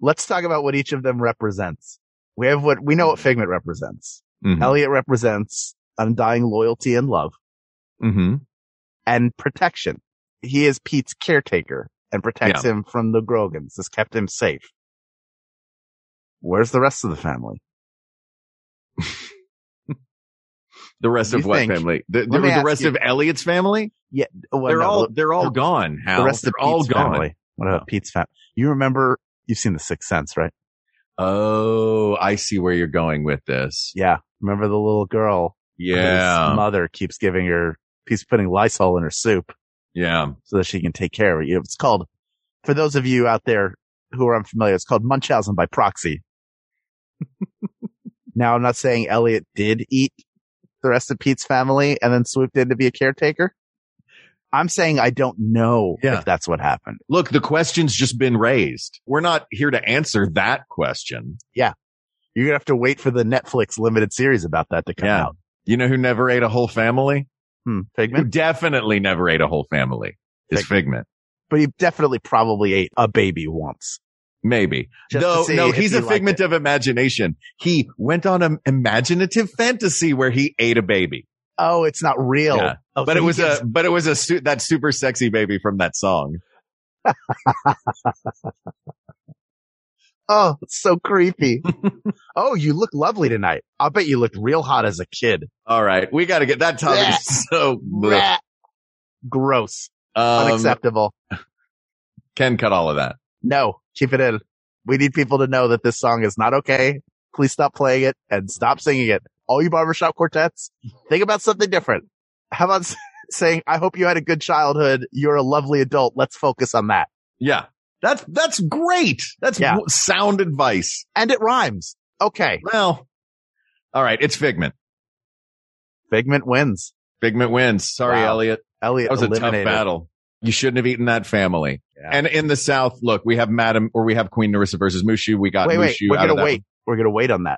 Speaker 3: Let's talk about what each of them represents. We have what we know what Figment represents.
Speaker 2: Mhm.
Speaker 3: Elliot represents undying loyalty and love
Speaker 2: Mhm.
Speaker 3: and protection. He is Pete's caretaker and protects him from the Grogans. Has kept him safe. Where's the rest of the family?
Speaker 2: The rest
Speaker 3: You
Speaker 2: of what
Speaker 3: think-
Speaker 2: family? The, the,
Speaker 3: Let me
Speaker 2: the
Speaker 3: ask
Speaker 2: rest
Speaker 3: you.
Speaker 2: of Elliot's family?
Speaker 3: Oh, well,
Speaker 2: they're
Speaker 3: no,
Speaker 2: all
Speaker 3: the-
Speaker 2: they're all gone. Hal.
Speaker 3: the rest
Speaker 2: they're
Speaker 3: of Pete's
Speaker 2: all gone.
Speaker 3: family. What about Pete's family? You remember you've seen The Sixth Sense, right?
Speaker 2: Oh, I see where you're going with this.
Speaker 3: Yeah. Remember the little girl? whose
Speaker 2: Yeah.
Speaker 3: mother keeps giving her. He's putting Lysol in her soup
Speaker 2: Yeah.
Speaker 3: so that she can take care of it. You know, It's called, for those of you out there who are unfamiliar, it's called Munchausen by
Speaker 2: (laughs)
Speaker 3: proxy. now, I'm not saying Elliot did eat the rest of Pete's family and then swooped in to be a caretaker. I'm saying I don't know
Speaker 2: Yeah.
Speaker 3: if that's what happened.
Speaker 2: Look, the question's just been raised. We're not here to answer that question.
Speaker 3: You're going to have to wait for the Netflix limited series about that to come
Speaker 2: Yeah.
Speaker 3: out.
Speaker 2: You know who never ate a whole family?
Speaker 3: Hmm,
Speaker 2: Who
Speaker 3: Figment?
Speaker 2: definitely never ate a whole family is Figment.
Speaker 3: But he definitely probably ate a baby once.
Speaker 2: Maybe.
Speaker 3: Just to
Speaker 2: no,
Speaker 3: see
Speaker 2: no,
Speaker 3: if
Speaker 2: he's
Speaker 3: he
Speaker 2: a
Speaker 3: liked
Speaker 2: figment
Speaker 3: it.
Speaker 2: of imagination. He went on an imaginative fantasy where he ate a baby.
Speaker 3: Oh, it's not real.
Speaker 2: Yeah.
Speaker 3: Oh,
Speaker 2: But
Speaker 3: so
Speaker 2: it
Speaker 3: he
Speaker 2: was
Speaker 3: gives-
Speaker 2: a, but it was a, su- that super sexy baby from that song.
Speaker 3: Oh, it's so creepy. (laughs) oh, you look lovely tonight. I'll bet you looked real hot as a kid.
Speaker 2: All right. We got to get that topic.
Speaker 3: Blech.
Speaker 2: is So blech.
Speaker 3: Rat. Gross.
Speaker 2: Um,
Speaker 3: Unacceptable.
Speaker 2: Ken cut all of that.
Speaker 3: No, keep it in. We need people to know that this song is not okay. Please stop playing it and stop singing it. All you barbershop quartets, think about something different. How about s- (laughs) saying, I hope you had a good childhood. You're a lovely adult. Let's focus on that.
Speaker 2: Yeah. That's, that's great. That's
Speaker 3: Yeah.
Speaker 2: w- sound advice.
Speaker 3: And it rhymes. Okay.
Speaker 2: Well, all right. It's Figment.
Speaker 3: Figment wins.
Speaker 2: Figment wins. Sorry,
Speaker 3: Wow.
Speaker 2: Elliot.
Speaker 3: Elliot
Speaker 2: That was a tough
Speaker 3: eliminated.
Speaker 2: battle. You shouldn't have eaten that family.
Speaker 3: Yeah.
Speaker 2: And in the South, look, we have Madam or we have Queen Narissa versus Mushu. We got
Speaker 3: Wait, wait.
Speaker 2: Mushu.
Speaker 3: We're
Speaker 2: out
Speaker 3: going
Speaker 2: of
Speaker 3: to
Speaker 2: that
Speaker 3: wait. We're going to wait on that.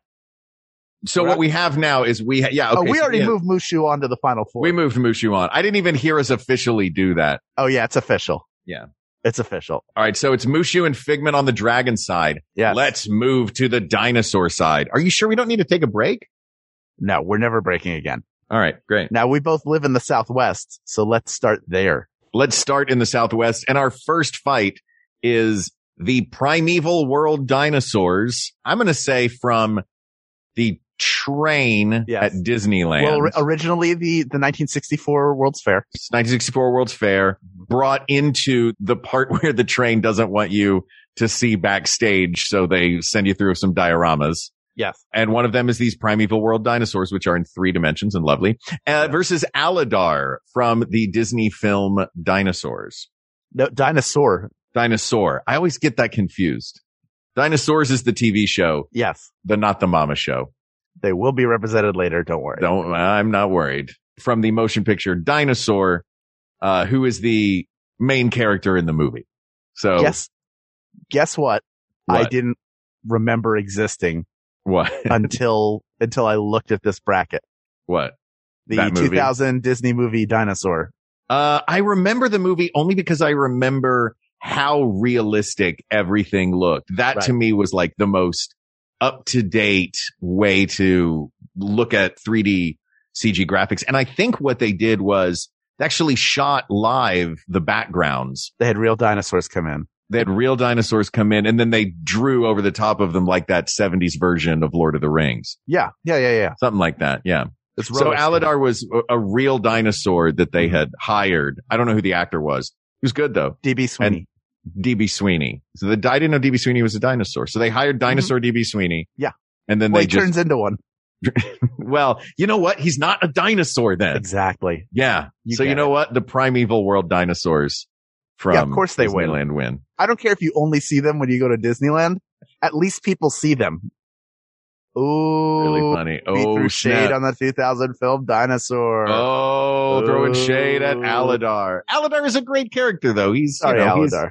Speaker 2: one. So what we have now is we, ha- yeah, okay.
Speaker 3: oh, we
Speaker 2: so
Speaker 3: already
Speaker 2: yeah,
Speaker 3: moved Mushu on to the final four.
Speaker 2: We moved Mushu on. I didn't even hear us officially do that.
Speaker 3: oh yeah, it's official.
Speaker 2: Yeah.
Speaker 3: It's official.
Speaker 2: All right, so it's Mushu and Figment on the dragon side.
Speaker 3: Yes.
Speaker 2: Let's move to the dinosaur side. Are you sure we don't need to take a break?
Speaker 3: No, we're never breaking again.
Speaker 2: All right, great.
Speaker 3: Now we both live in the Southwest, so let's start there.
Speaker 2: Let's start in the Southwest. And our first fight is the primeval world dinosaurs. I'm going to say from the train
Speaker 3: Yes.
Speaker 2: at Disneyland.
Speaker 3: Well, ri- originally the, the 1964 World's Fair.
Speaker 2: It's 1964 World's Fair
Speaker 3: Mm-hmm.
Speaker 2: brought into the part (laughs) where the train doesn't want you to see backstage. So they send you through some dioramas.
Speaker 3: Yes.
Speaker 2: And one of them is these primeval world dinosaurs, which are in three dimensions and lovely, uh, versus Aladar from the Disney film Dinosaurs.
Speaker 3: No, dinosaur.
Speaker 2: Dinosaur. I always get that confused. Dinosaurs is the TV show,
Speaker 3: Yes.
Speaker 2: the not the mama show.
Speaker 3: They will be represented later. Don't worry.
Speaker 2: Don't, I'm not worried. From the motion picture Dinosaur, uh, who is the main character in the movie. So
Speaker 3: Guess, guess what? I
Speaker 2: What?
Speaker 3: didn't remember
Speaker 2: (laughs)
Speaker 3: existing
Speaker 2: what?
Speaker 3: until, until I looked at this bracket.
Speaker 2: what?
Speaker 3: The
Speaker 2: That movie.
Speaker 3: 2000 Disney movie Dinosaur.
Speaker 2: Uh, I remember the movie only because I remember how realistic everything looked. That
Speaker 3: Right.
Speaker 2: to me was like the most up to date way to look at 3D CG graphics. And I think what they did was they actually shot live the backgrounds.
Speaker 3: They had real dinosaurs come in.
Speaker 2: They had real dinosaurs come in and then they drew over the top of them like that 70s version of Lord of the Rings,
Speaker 3: Yeah. Yeah. Yeah. Yeah.
Speaker 2: something like that. Yeah.
Speaker 3: It's
Speaker 2: So
Speaker 3: roller skating.
Speaker 2: Aladar was a- a real dinosaur that they had hired. I don't know who the actor was. He was good though.
Speaker 3: DB Sweeney.
Speaker 2: D.B. Sweeney. So the, I didn't know D.B. Sweeney was a dinosaur. So they hired dinosaur D.B. Sweeney.
Speaker 3: Mm-hmm. Yeah.
Speaker 2: And then
Speaker 3: well,
Speaker 2: they
Speaker 3: he
Speaker 2: just,
Speaker 3: turns into one.
Speaker 2: well, you know what? He's not a
Speaker 3: (laughs)
Speaker 2: dinosaur then.
Speaker 3: Exactly.
Speaker 2: Yeah.
Speaker 3: You
Speaker 2: so you
Speaker 3: get
Speaker 2: know what? The primeval world dinosaurs from
Speaker 3: Yeah, of course they win.
Speaker 2: Disneyland win.
Speaker 3: I don't care if you only see them when you go to Disneyland. At least people see them. Ooh.
Speaker 2: Really funny.
Speaker 3: we
Speaker 2: Oh,
Speaker 3: threw
Speaker 2: snap.
Speaker 3: shade on the 2000 film Dinosaur.
Speaker 2: Oh, throwing shade at
Speaker 3: Oh.
Speaker 2: Aladar. Aladar is a great character though. He's,
Speaker 3: Sorry,
Speaker 2: you know, he's-
Speaker 3: Aladar.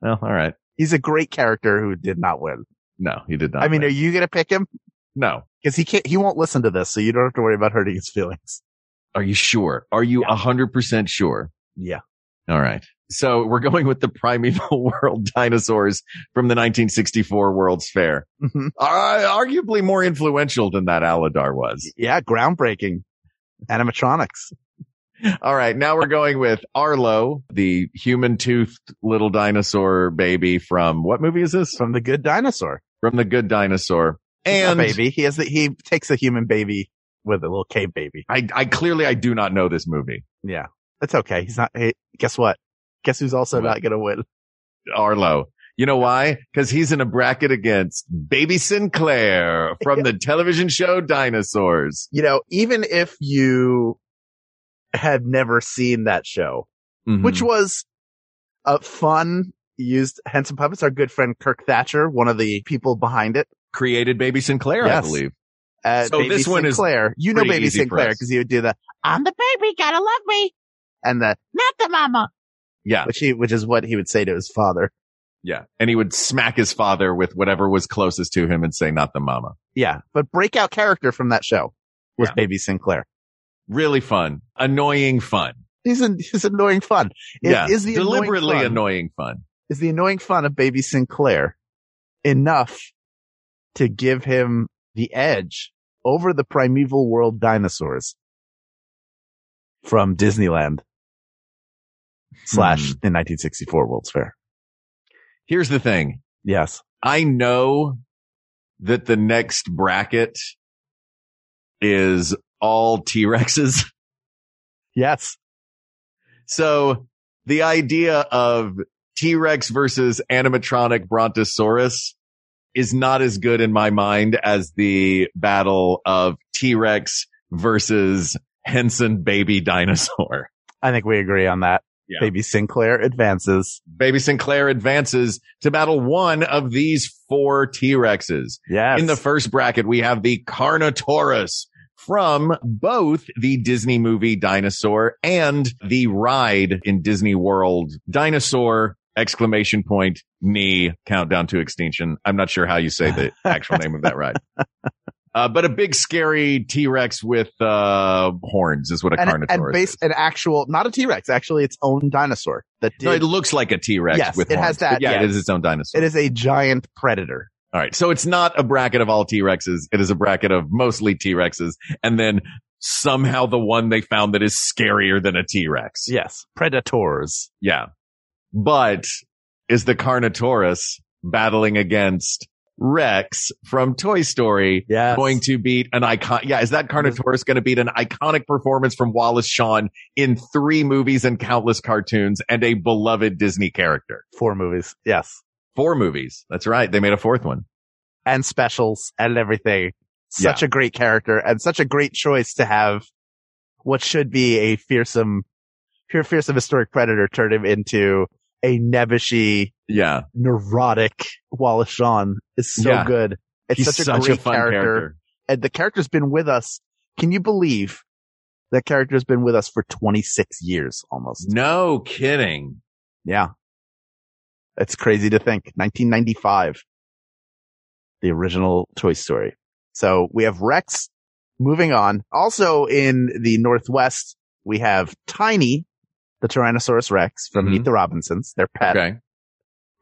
Speaker 2: well, all right.
Speaker 3: He's a great character who did not win.
Speaker 2: No, he did not.
Speaker 3: I mean, are
Speaker 2: win.
Speaker 3: you going to pick him?
Speaker 2: no.
Speaker 3: Because he can't, he won't listen to this, so you don't have to worry about hurting his feelings. (laughs)
Speaker 2: Are you sure? Are you a hundred percent sure?
Speaker 3: Yeah.
Speaker 2: All right. So we're going with the primeval (laughs) world dinosaurs from the 1964 World's Fair.
Speaker 3: Mhm.
Speaker 2: Are arguably more influential than that Aladar was.
Speaker 3: yeah, groundbreaking. Animatronics.
Speaker 2: All right. Now we're going with Arlo, the human toothed little dinosaur baby from what movie is this?
Speaker 3: From the good dinosaur.
Speaker 2: From the good dinosaur.
Speaker 3: He's not
Speaker 2: And
Speaker 3: a baby. He has the, he takes a human baby with a little cave baby.
Speaker 2: I, I clearly, I do not know this movie.
Speaker 3: Yeah. That's okay. He's not, hey, guess what? Guess who's also
Speaker 2: What?
Speaker 3: not going to win?
Speaker 2: Arlo. You know why? Because he's in a bracket against Baby Sinclair from the television show Dinosaurs.
Speaker 3: You know, even if you have never seen that show,
Speaker 2: Mhm.
Speaker 3: which was uh, fun. Used Henson Puppets. Our good friend Kirk Thatcher, one of the people behind it.
Speaker 2: created Baby Sinclair, I
Speaker 3: Yes.
Speaker 2: believe.
Speaker 3: Uh,
Speaker 2: So
Speaker 3: Baby
Speaker 2: this one is
Speaker 3: Sinclair. you know
Speaker 2: pretty
Speaker 3: Baby
Speaker 2: easy for
Speaker 3: Sinclair
Speaker 2: us.
Speaker 3: because he would do the "I'm the baby, gotta love me," and the "Not the mama,"
Speaker 2: Yeah.
Speaker 3: which he which is what he would say to his father.
Speaker 2: Yeah. And he would smack his father with whatever was closest to him and say, not the mama.
Speaker 3: Yeah, but breakout character from that show was
Speaker 2: Yeah.
Speaker 3: Baby Sinclair.
Speaker 2: Really fun. Annoying fun.
Speaker 3: He's an, he's annoying fun. It
Speaker 2: yeah.
Speaker 3: is the
Speaker 2: Deliberately
Speaker 3: annoying fun-
Speaker 2: annoying fun.
Speaker 3: is the annoying fun of Baby Sinclair enough to give him the edge over the primeval world dinosaurs from Disneyland
Speaker 2: Hmm.
Speaker 3: slash the 1964 World's Fair?
Speaker 2: Here's the thing.
Speaker 3: Yes.
Speaker 2: I know that the next bracket is all T Rexes.
Speaker 3: Yes.
Speaker 2: So the idea of T Rex versus animatronic Brontosaurus is not as good in my mind as the battle of T Rex versus Henson baby dinosaur. (laughs)
Speaker 3: I think we agree on that.
Speaker 2: Yeah.
Speaker 3: Baby Sinclair advances.
Speaker 2: Baby Sinclair advances to battle one of these four T Rexes.
Speaker 3: Yes.
Speaker 2: In the first bracket, we have the Carnotaurus from both the Disney movie Dinosaur and the ride in Disney World Dinosaur exclamation
Speaker 3: (laughs)
Speaker 2: point knee countdown to extinction. I'm not sure how you say the actual name of that ride. Uh, but a big scary T Rex with uh, horns is what a
Speaker 3: and, and
Speaker 2: Carnotaurus.
Speaker 3: base
Speaker 2: is.
Speaker 3: an actual not a T Rex, actually its own dinosaur that did.
Speaker 2: No, it looks like a T Rex
Speaker 3: Yes,
Speaker 2: with
Speaker 3: it
Speaker 2: horns.
Speaker 3: has that,
Speaker 2: But yeah, it
Speaker 3: yes.
Speaker 2: is its own dinosaur.
Speaker 3: it is a giant predator.
Speaker 2: All right. So it's not a bracket of all T Rexes. It is a bracket of mostly T Rexes. And then somehow the one they found that is scarier than a T Rex.
Speaker 3: Yes, predators.
Speaker 2: Yeah. But is the Carnotaurus battling against Rex from Toy Story
Speaker 3: Yeah,
Speaker 2: going to beat an icon? Yeah. Is that Carnotaurus going to beat an iconic performance from Wallace Shawn in three movies and countless cartoons and a beloved Disney character?
Speaker 3: four movies. Yes,
Speaker 2: Four movies. That's right. They made a fourth one.
Speaker 3: and specials and everything. Such a great character and such a great choice to have what should be a fearsome, pure fearsome historic predator turn him into a nebbishy,
Speaker 2: Yeah.
Speaker 3: neurotic Wallace Shawn is so
Speaker 2: Yeah.
Speaker 3: good. It's
Speaker 2: He's
Speaker 3: such a great character. and the character's been with us. Can you believe that character's been with us for 26 years almost?
Speaker 2: No kidding.
Speaker 3: Yeah. It's crazy to think. 1995, the original Toy Story. So we have Rex moving on. Also in the Northwest, we have Tiny, the Tyrannosaurus Rex from
Speaker 2: Mhm.
Speaker 3: Meet the Robinsons, their pet,
Speaker 2: Okay.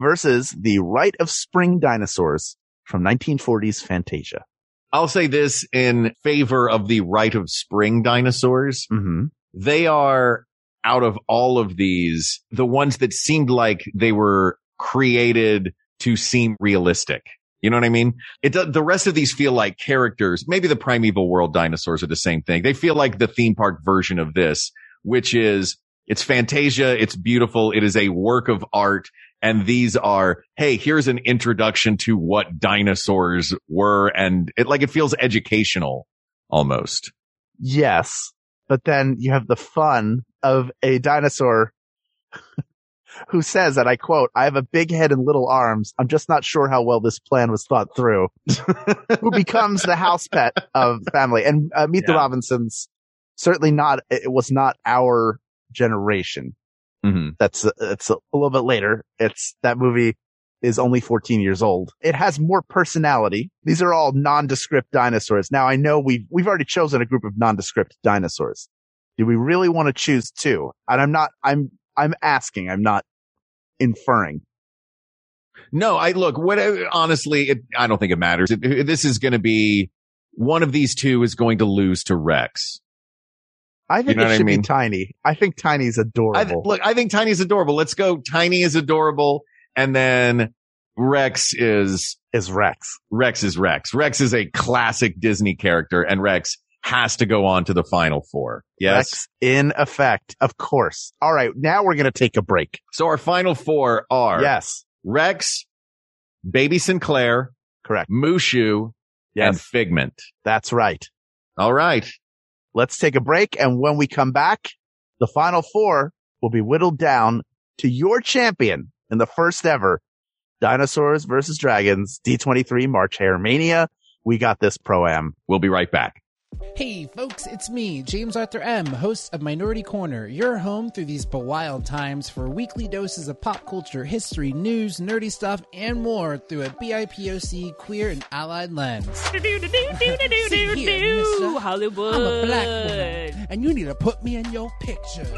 Speaker 3: versus the Rite of Spring Dinosaurs from 1940s Fantasia.
Speaker 2: I'll say this in favor of the right of spring dinosaurs.
Speaker 3: Mm-hmm.
Speaker 2: They are out of all of these, the ones that seemed like they were created to seem realistic. You know what I mean? It does, the rest of these feel like characters. Maybe the primeval world dinosaurs are the same thing. They feel like the theme park version of this, which is it's Fantasia. It's beautiful. It is a work of art. And these are, Hey, here's an introduction to what dinosaurs were. And it like, it feels educational almost.
Speaker 3: Yes. But then you have the fun of a dinosaur (laughs) who says, and I quote, I have a big head and little arms. I'm just not sure how well this plan was thought through. who becomes the house pet of the family. And uh, Meet the
Speaker 2: Yeah.
Speaker 3: Robinsons, certainly not, it was not our generation.
Speaker 2: Mm-hmm.
Speaker 3: That's, uh, it's a little bit later. It's that movie is only 14 years old. It has more personality. These are all nondescript dinosaurs. Now I know we've, we've already chosen a group of nondescript dinosaurs. Do we really want to choose two? And I'm not, I'm, I'm asking, I'm not inferring.
Speaker 2: No, I look. What honestly, it, I don't think it matters. It- it- this is going to be one of these two is going to lose to Rex.
Speaker 3: I think
Speaker 2: know what
Speaker 3: it
Speaker 2: I
Speaker 3: should
Speaker 2: mean?
Speaker 3: be tiny. I think tiny's adorable.
Speaker 2: I th- look, I think Tiny's adorable. Let's go. Tiny is adorable, and then Rex is
Speaker 3: is Rex.
Speaker 2: Rex is Rex. Rex is a classic Disney character, and Rex has to go on to the final four. Yes.
Speaker 3: Rex in effect. Of course. All right. Now we're going to take a break.
Speaker 2: So our final four are
Speaker 3: Yes.
Speaker 2: Rex, Baby Sinclair,
Speaker 3: Correct.
Speaker 2: Mushu,
Speaker 3: Yes.
Speaker 2: and Figment.
Speaker 3: That's right.
Speaker 2: All right.
Speaker 3: Let's take a break. And when we come back, the final four will be whittled down to your champion in the first ever Dinosaurs versus Dragons D23 March Hare Mania. We got this pro am.
Speaker 2: We'll be right back.
Speaker 4: Hey folks, it's me, James Arthur M, host of Minority Corner, your home through these wild times for weekly doses of pop culture, history, news, nerdy stuff, and more through a BIPOC queer and allied lens. See here, mister.
Speaker 5: Hollywood.
Speaker 4: I'm a black woman, and you need to put me in your pictures.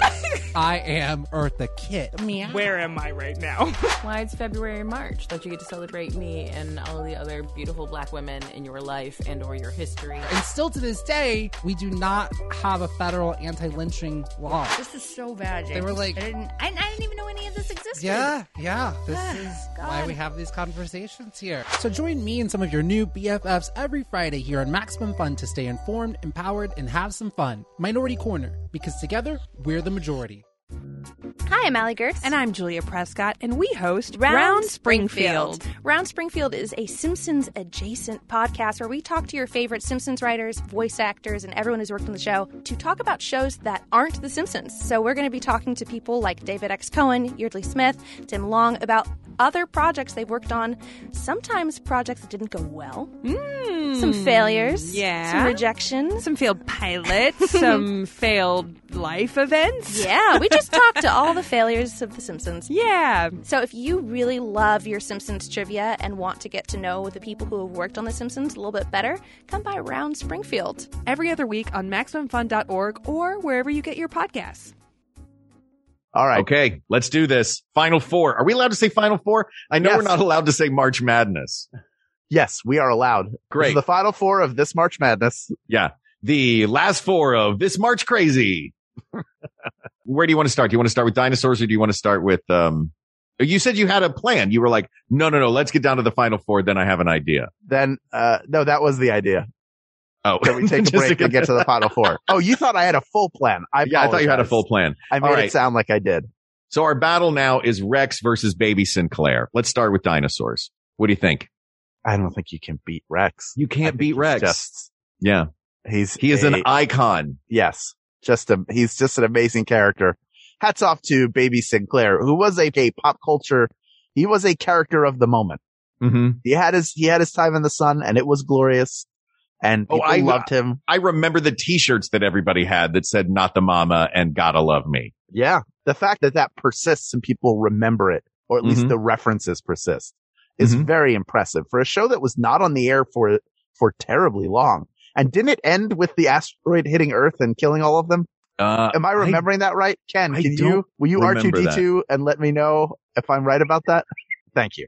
Speaker 4: I am Eartha Kitt. Meow.
Speaker 5: Where am I right now?
Speaker 6: why it's February and March that you get to celebrate me and all the other beautiful black women in your life and or your history.
Speaker 4: And still to this day, we do not have a federal anti-lynching law.
Speaker 7: This is so bad. James.
Speaker 4: They were like-
Speaker 7: I didn't, I, I didn't even know any of this existed.
Speaker 4: Yeah, yeah. This is why
Speaker 7: God.
Speaker 4: we have these conversations here. So join me and some of your new BFFs every Friday here on Maximum Fun to stay informed, empowered, and have some fun. Minority Corner, because together we're the majority.
Speaker 7: Hi, I'm Allie Gertz.
Speaker 5: And I'm Julia Prescott, and we host
Speaker 7: Round, Springfield. Round Springfield is a Simpsons adjacent podcast where we talk to your favorite Simpsons writers, voice actors, and everyone who's worked on the show to talk about shows that aren't The Simpsons. So we're going to be talking to people like David X. Cohen, Yeardley Smith, Tim Long about other projects they've worked on, sometimes projects that didn't go well, some failures,
Speaker 5: yeah.
Speaker 7: some (laughs) rejections.
Speaker 5: Some failed
Speaker 7: (laughs)
Speaker 5: pilots, some failed life events.
Speaker 7: Yeah, we just talked to all the failures of The Simpsons.
Speaker 5: Yeah.
Speaker 7: So, if you really love your Simpsons trivia and want to get to know the people who have worked on The Simpsons a little bit better, come by Round Springfield.
Speaker 5: Every other week on MaximumFun.org or wherever you get your podcasts.
Speaker 3: All right.
Speaker 2: Okay, let's do this. Final four. Are we allowed to say final four? I know
Speaker 3: Yes.
Speaker 2: we're not allowed to say March Madness.
Speaker 3: Yes, we are allowed. This is
Speaker 2: Great.
Speaker 3: The final four of this March Madness.
Speaker 2: Yeah. The last four of this
Speaker 3: (laughs)
Speaker 2: March crazy. Where do you want to start? Do you want to start with dinosaurs or do you want to start with, um, you said you had a plan. You were like, no, no, no, let's get down to the final four. Then I have an idea.
Speaker 3: Then, uh, no, that was the idea.
Speaker 2: Oh,
Speaker 3: That we take a
Speaker 2: (laughs) Just
Speaker 3: break and get to the final
Speaker 2: (laughs)
Speaker 3: four. Oh, you thought I had a full plan. I
Speaker 2: Yeah, I thought you had a
Speaker 3: apologize.
Speaker 2: full plan.
Speaker 3: I made
Speaker 2: All
Speaker 3: it
Speaker 2: right.
Speaker 3: sound like I did.
Speaker 2: So our battle now is Rex versus baby Sinclair. Let's start with dinosaurs. What do you think?
Speaker 3: I don't think you can beat Rex.
Speaker 2: You
Speaker 3: I
Speaker 2: can't
Speaker 3: think
Speaker 2: beat
Speaker 3: he's
Speaker 2: Rex.
Speaker 3: Just,
Speaker 2: yeah.
Speaker 3: he's
Speaker 2: He is an
Speaker 3: a-
Speaker 2: icon.
Speaker 3: yes, just a he's just an amazing character. Hats off to Baby Sinclair, who was a, a pop culture. He was a character of the moment.
Speaker 2: Mm-hmm.
Speaker 3: He had his he had his time in the sun, and it was glorious. And
Speaker 2: Oh,
Speaker 3: people
Speaker 2: I-
Speaker 3: loved him.
Speaker 2: I remember the t-shirts that everybody had that said not the mama and gotta love me.
Speaker 3: Yeah, the fact that that persists and people remember it, or at least
Speaker 2: Mhm.
Speaker 3: the references persist, is
Speaker 2: Mhm.
Speaker 3: very impressive for a show that was not on the air for for terribly long. And didn't it end with the asteroid hitting Earth and killing all of them?
Speaker 2: Uh,
Speaker 3: Am I remembering that right? Ken,
Speaker 2: I
Speaker 3: can you
Speaker 2: don't
Speaker 3: will you R two
Speaker 2: remember
Speaker 3: D two and let me know if I'm right about that? Thank you,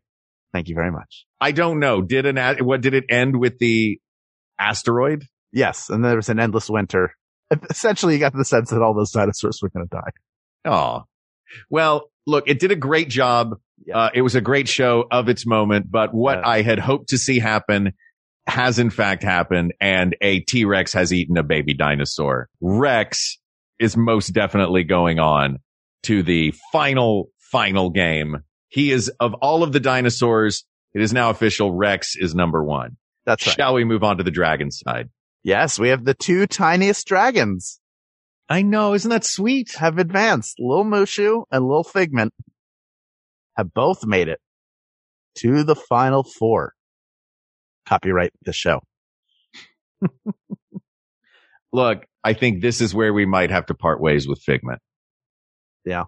Speaker 3: thank you very much.
Speaker 2: I don't know. Did an a- what did it end with the asteroid?
Speaker 3: Yes, and there was an endless winter. Essentially, you got the sense that all those dinosaurs were going to die.
Speaker 2: Oh, well, look, it did a great job.
Speaker 3: Yeah.
Speaker 2: Uh, it was a great show of its moment, but what
Speaker 3: Yeah.
Speaker 2: I had hoped to see happen has in fact happened. And a T-Rex has eaten a baby dinosaur. Rex is most definitely going on to the final, final game. He is of all of the dinosaurs. It is now official. Rex is number one.
Speaker 3: That's
Speaker 2: (laughs)
Speaker 3: right.
Speaker 2: Shall we move on to the dragon side?
Speaker 3: Yes, we have the two tiniest dragons
Speaker 2: I know. Isn't that sweet?
Speaker 3: have advanced. Lil Mushu and Lil Figment have both made it to the final four. Copyright the show.
Speaker 2: look, I think this is where we might have to part ways with Figment.
Speaker 3: Yeah.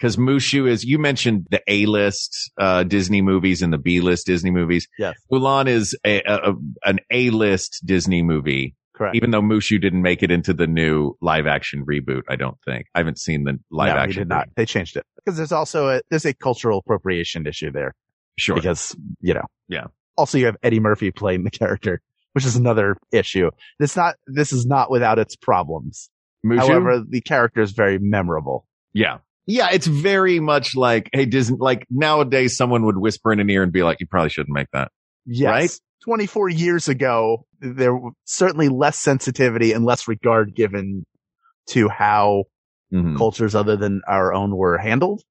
Speaker 2: Cause Mushu is, you mentioned the A list, uh, Disney movies and the B list Disney movies.
Speaker 3: Yes.
Speaker 2: Mulan is a, a, a- an A list Disney movie,
Speaker 3: Correct.
Speaker 2: even though Mushu didn't make it into the new live action reboot. I don't think I haven't seen the live
Speaker 3: no, he
Speaker 2: action.
Speaker 3: did not.
Speaker 2: reboot.
Speaker 3: They changed it because there's also a there's a cultural appropriation issue there
Speaker 2: Sure.
Speaker 3: because you know.
Speaker 2: Yeah.
Speaker 3: Also, you have Eddie Murphy playing the character, which is another issue. This not this is not without its problems.
Speaker 2: Mushu?
Speaker 3: However, the character is very memorable.
Speaker 2: yeah. Yeah. It's very much like, Hey, Disney, like nowadays someone would whisper in an ear and be like, you probably shouldn't make that.
Speaker 3: Yes.
Speaker 2: Right?
Speaker 3: 24 years ago, there were certainly less sensitivity and less regard given to how
Speaker 2: Mhm.
Speaker 3: cultures other than our own were handled.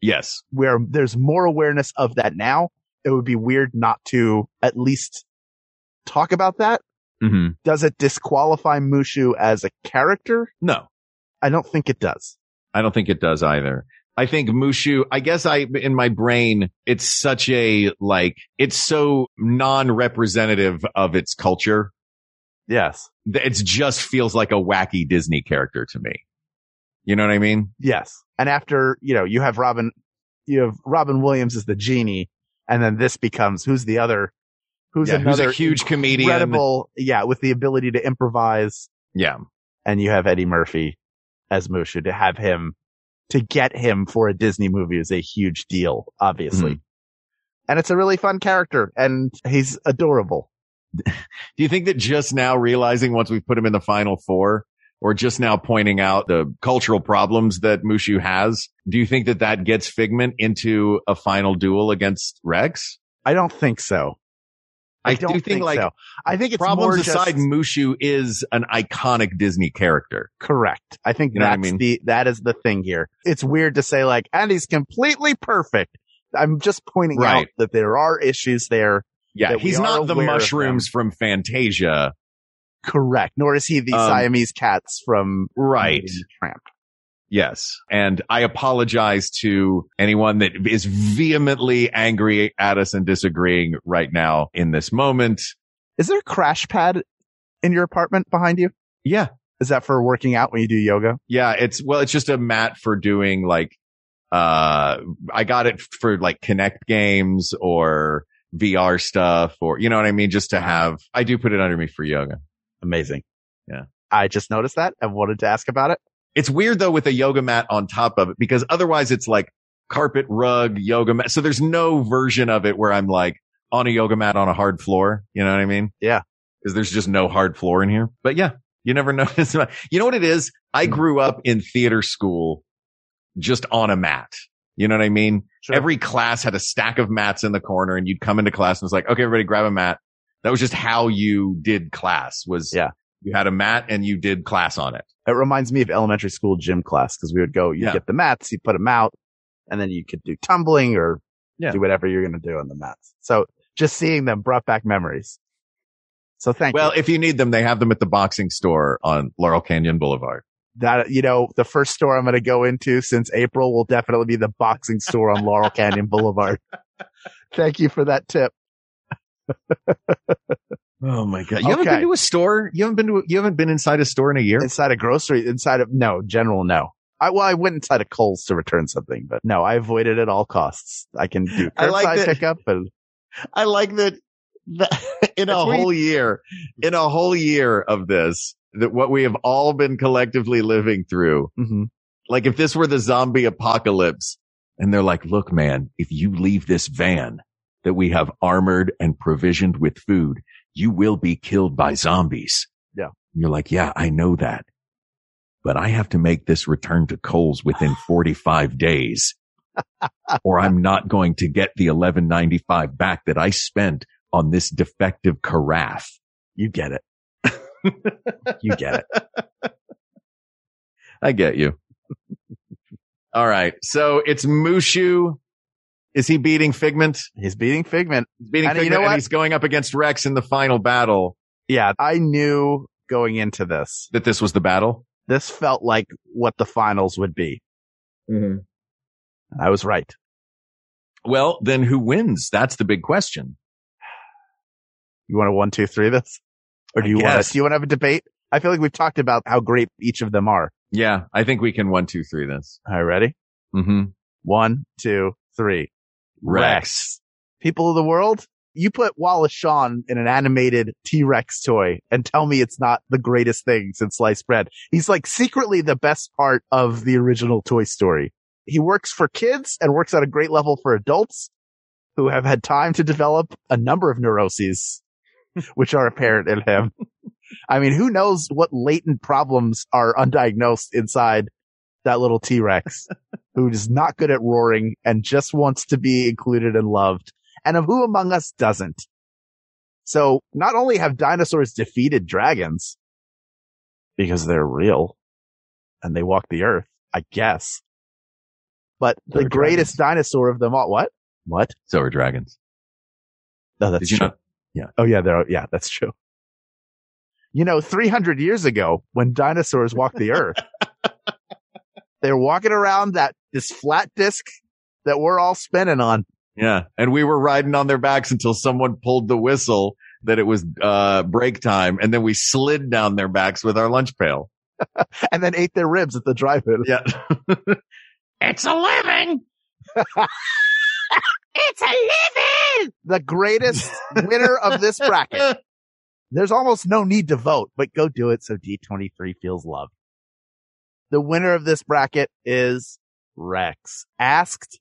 Speaker 2: Yes.
Speaker 3: Where there's more awareness of that now, it would be weird not to at least talk about that.
Speaker 2: Mm-hmm.
Speaker 3: Does it disqualify Mushu as a character?
Speaker 2: No.
Speaker 3: I don't think it does.
Speaker 2: I don't think it does either. I think Mushu, I guess I, in my brain, it's such a, like, it's so non-representative of its culture
Speaker 3: Yes.
Speaker 2: that it just feels like a wacky Disney character to me. You know what I mean?
Speaker 3: Yes. And after, you know, you have Robin, you have Robin Williams as the genie, and then this becomes who's the other, who's
Speaker 2: Yeah,
Speaker 3: another
Speaker 2: who's a huge comedian.
Speaker 3: incredible, yeah, with the ability to improvise.
Speaker 2: Yeah.
Speaker 3: And you have Eddie Murphy as Mushu to have him, to get him for a Disney movie is a huge deal, obviously.
Speaker 2: Mm-hmm.
Speaker 3: And it's a really fun character and he's adorable.
Speaker 2: Do you think that just now realizing once we've put him in the final four or just now pointing out the cultural problems that Mushu has, do you think that that gets Figment into a final duel against Rex?
Speaker 3: I don't think so. I, don't think,
Speaker 2: like
Speaker 3: so. I think it's more
Speaker 2: problems
Speaker 3: just-
Speaker 2: aside, Mushu is an iconic Disney character.
Speaker 3: Correct. I think
Speaker 2: You know what I
Speaker 3: that's
Speaker 2: mean?
Speaker 3: the that is the thing here. It's weird to say like, and he's completely perfect. I'm just pointing out
Speaker 2: Right.
Speaker 3: that there are issues there.
Speaker 2: Yeah,
Speaker 3: That we
Speaker 2: he's
Speaker 3: are
Speaker 2: not the
Speaker 3: aware of
Speaker 2: mushrooms from Fantasia,
Speaker 3: Correct. Nor is he the
Speaker 2: Um,
Speaker 3: Siamese cats from
Speaker 2: right?
Speaker 3: Tramp.
Speaker 2: Yes. And I apologize to anyone that is vehemently angry at us and disagreeing right now in this moment.
Speaker 3: Is there a crash pad in your apartment behind you?
Speaker 2: Yeah.
Speaker 3: Is that for working out when you do yoga?
Speaker 2: Yeah, it's well, it's just a mat for doing like uh I got it for like Connect games or VR stuff or you know what I mean, just to have I do put it under me for yoga.
Speaker 3: Amazing.
Speaker 2: Yeah.
Speaker 3: I just noticed that and wanted to ask about it.
Speaker 2: It's weird though with a yoga mat on top of it because otherwise it's like carpet rug yoga mat. So there's no version of it where I'm like on a yoga mat on a hard floor, you know what I mean?
Speaker 3: Yeah.
Speaker 2: Cuz there's just no hard floor in here. But yeah, you never (laughs) notice. You know what it is? I
Speaker 3: Hmm.
Speaker 2: grew up in theater school just on a mat. You know what I mean?
Speaker 3: Sure.
Speaker 2: Every class had a stack of mats in the corner and you'd come into class and it's like, okay, everybody grab a mat. That was just how you did class was
Speaker 3: Yeah.
Speaker 2: you had a mat and you did class on it.
Speaker 3: It reminds me of elementary school gym class because we would go, you
Speaker 2: Yeah.
Speaker 3: get the mats, you put them out, and then you could do tumbling or
Speaker 2: Yeah.
Speaker 3: do whatever you're going to do on the mats. So just seeing them brought back memories. So
Speaker 2: (laughs)
Speaker 3: thank
Speaker 2: Well,
Speaker 3: you.
Speaker 2: if you need them, they have them at the boxing store on Laurel Canyon Boulevard.
Speaker 3: That, you know, the first store I'm going to go into since April will definitely be the boxing store on Laurel Canyon
Speaker 2: (laughs)
Speaker 3: Boulevard. Thank you for that tip.
Speaker 2: Oh my God. You haven't
Speaker 3: Okay.
Speaker 2: been to a store. You haven't been to, a, you haven't been inside a store in a year.
Speaker 3: Inside a grocery, inside of, no, general, no. I, well, I went inside of Kohl's to return something, but no, I avoided at all costs. I can do
Speaker 2: I like
Speaker 3: curbside
Speaker 2: that-
Speaker 3: pickup, and
Speaker 2: I like that, that (laughs) in a
Speaker 3: That's where you-
Speaker 2: whole year, in a whole year of this, that what we have all been collectively living through,
Speaker 3: Mhm.
Speaker 2: like if this were the zombie apocalypse and they're like, look, man, if you leave this van that we have armored and provisioned with food, you will be killed by zombies.
Speaker 3: Yeah.
Speaker 2: And you're like, yeah, I know that, but I have to make this return to Coles within 45 days or I'm not going to get the 1195 back that I spent on this defective carafe.
Speaker 3: you get
Speaker 2: (laughs)
Speaker 3: it. you get it.
Speaker 2: I get you. All right. So it's Mushu. Is he beating Figment?
Speaker 3: He's beating Figment.
Speaker 2: He's beating
Speaker 3: And you
Speaker 2: Figment
Speaker 3: know what?
Speaker 2: and he's going up against Rex in the final battle
Speaker 3: Yeah, I knew going into this,
Speaker 2: that this was the battle.
Speaker 3: this felt like what the finals would be.
Speaker 2: Mm-hmm.
Speaker 3: And I was right.
Speaker 2: Well, then who wins? That's the big question.
Speaker 3: You want to one, two, three this? Or do
Speaker 2: I
Speaker 3: you want
Speaker 2: guess.
Speaker 3: to, do you want to have a debate? I feel like we've talked about how great each of them are.
Speaker 2: Yeah. I think we can one, two, three this.
Speaker 3: All right, ready?
Speaker 2: Mm-hmm.
Speaker 3: One, two, three.
Speaker 2: Rex.
Speaker 3: People of the world, you put Wallace Shawn in an animated T-Rex toy and tell me it's not the greatest thing since sliced bread. He's like secretly the best part of the original Toy Story. He works for kids and works at a great level for adults who have had time to develop a number of neuroses, which are apparent in him. I mean, who knows what latent problems are undiagnosed inside that little T-Rex
Speaker 2: (laughs)
Speaker 3: who is not good at roaring and just wants to be included and loved. And of who among us doesn't? So not only have dinosaurs defeated dragons because they're real and they walk the earth, I guess, but the
Speaker 2: They're
Speaker 3: greatest dinosaur of them all. What? What?
Speaker 2: So are dragons.
Speaker 3: No,
Speaker 2: Did
Speaker 3: that's
Speaker 2: you
Speaker 3: true.
Speaker 2: not?
Speaker 3: Oh yeah, there. are- Yeah, that's true. You know, 300 years ago, when dinosaurs walked the earth, they're walking around that this flat disc that we're all spinning on.
Speaker 2: Yeah. And we were riding on their backs until someone pulled the whistle that it was uh break time and then we slid down their backs with our lunch pail.
Speaker 3: and then ate their ribs at the drive-in.
Speaker 2: Yeah. (laughs) it's
Speaker 3: (laughs)
Speaker 2: a living. it's a living.
Speaker 3: The greatest winner of this bracket. There's almost no need to vote, but go do it so D23 feels loved. The winner of this bracket is Rex. Asked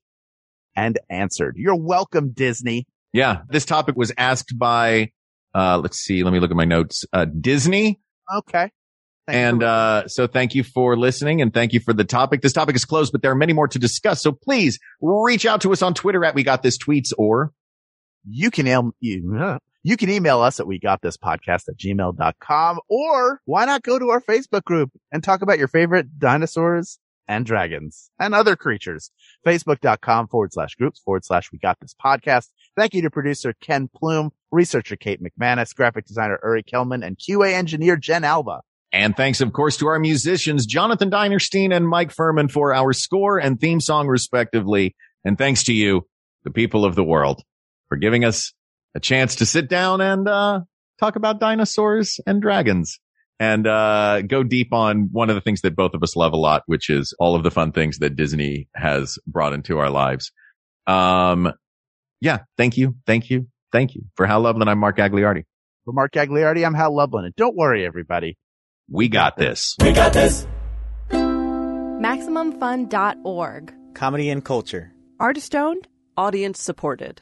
Speaker 3: and answered. You're welcome, Disney.
Speaker 2: Yeah. This topic was asked by uh let's see, let me look at my notes. Uh Disney.
Speaker 3: Okay. Thanks
Speaker 2: and
Speaker 3: for-
Speaker 2: uh, so thank you for listening and thank you for the topic. This topic is closed, but there are many more to discuss. So please reach out to us on Twitter at We Got This Tweets or
Speaker 3: you can el- you, uh, you can email us at we got this podcast at gmail.com or why not go to our Facebook group and talk about your favorite dinosaurs and dragons and other creatures. Facebook.com forward slash groups forward slash we got this podcast. Thank you to producer Ken Plume, researcher Kate McManus, graphic designer Uri Kelman, and QA engineer Jen Alba.
Speaker 2: And thanks, of course, to our musicians, Jonathan Dinerstein and Mike Furman for our score and theme song, respectively. And thanks to you, the people of the world, for giving us a chance to sit down and, uh, talk about dinosaurs and dragons and, uh, go deep on one of the things that both of us love a lot, which is all of the fun things that Disney has brought into our lives. Um, yeah. Thank you. Thank you. Thank you for how lovely. I'm Mark Agliardi.
Speaker 3: For Mark Agliardi, I'm Hal Lublin. And don't worry, everybody.
Speaker 2: We got this.
Speaker 1: We got this.
Speaker 7: MaximumFun.org.
Speaker 8: Comedy and culture.
Speaker 5: Artist owned,
Speaker 9: Audience supported.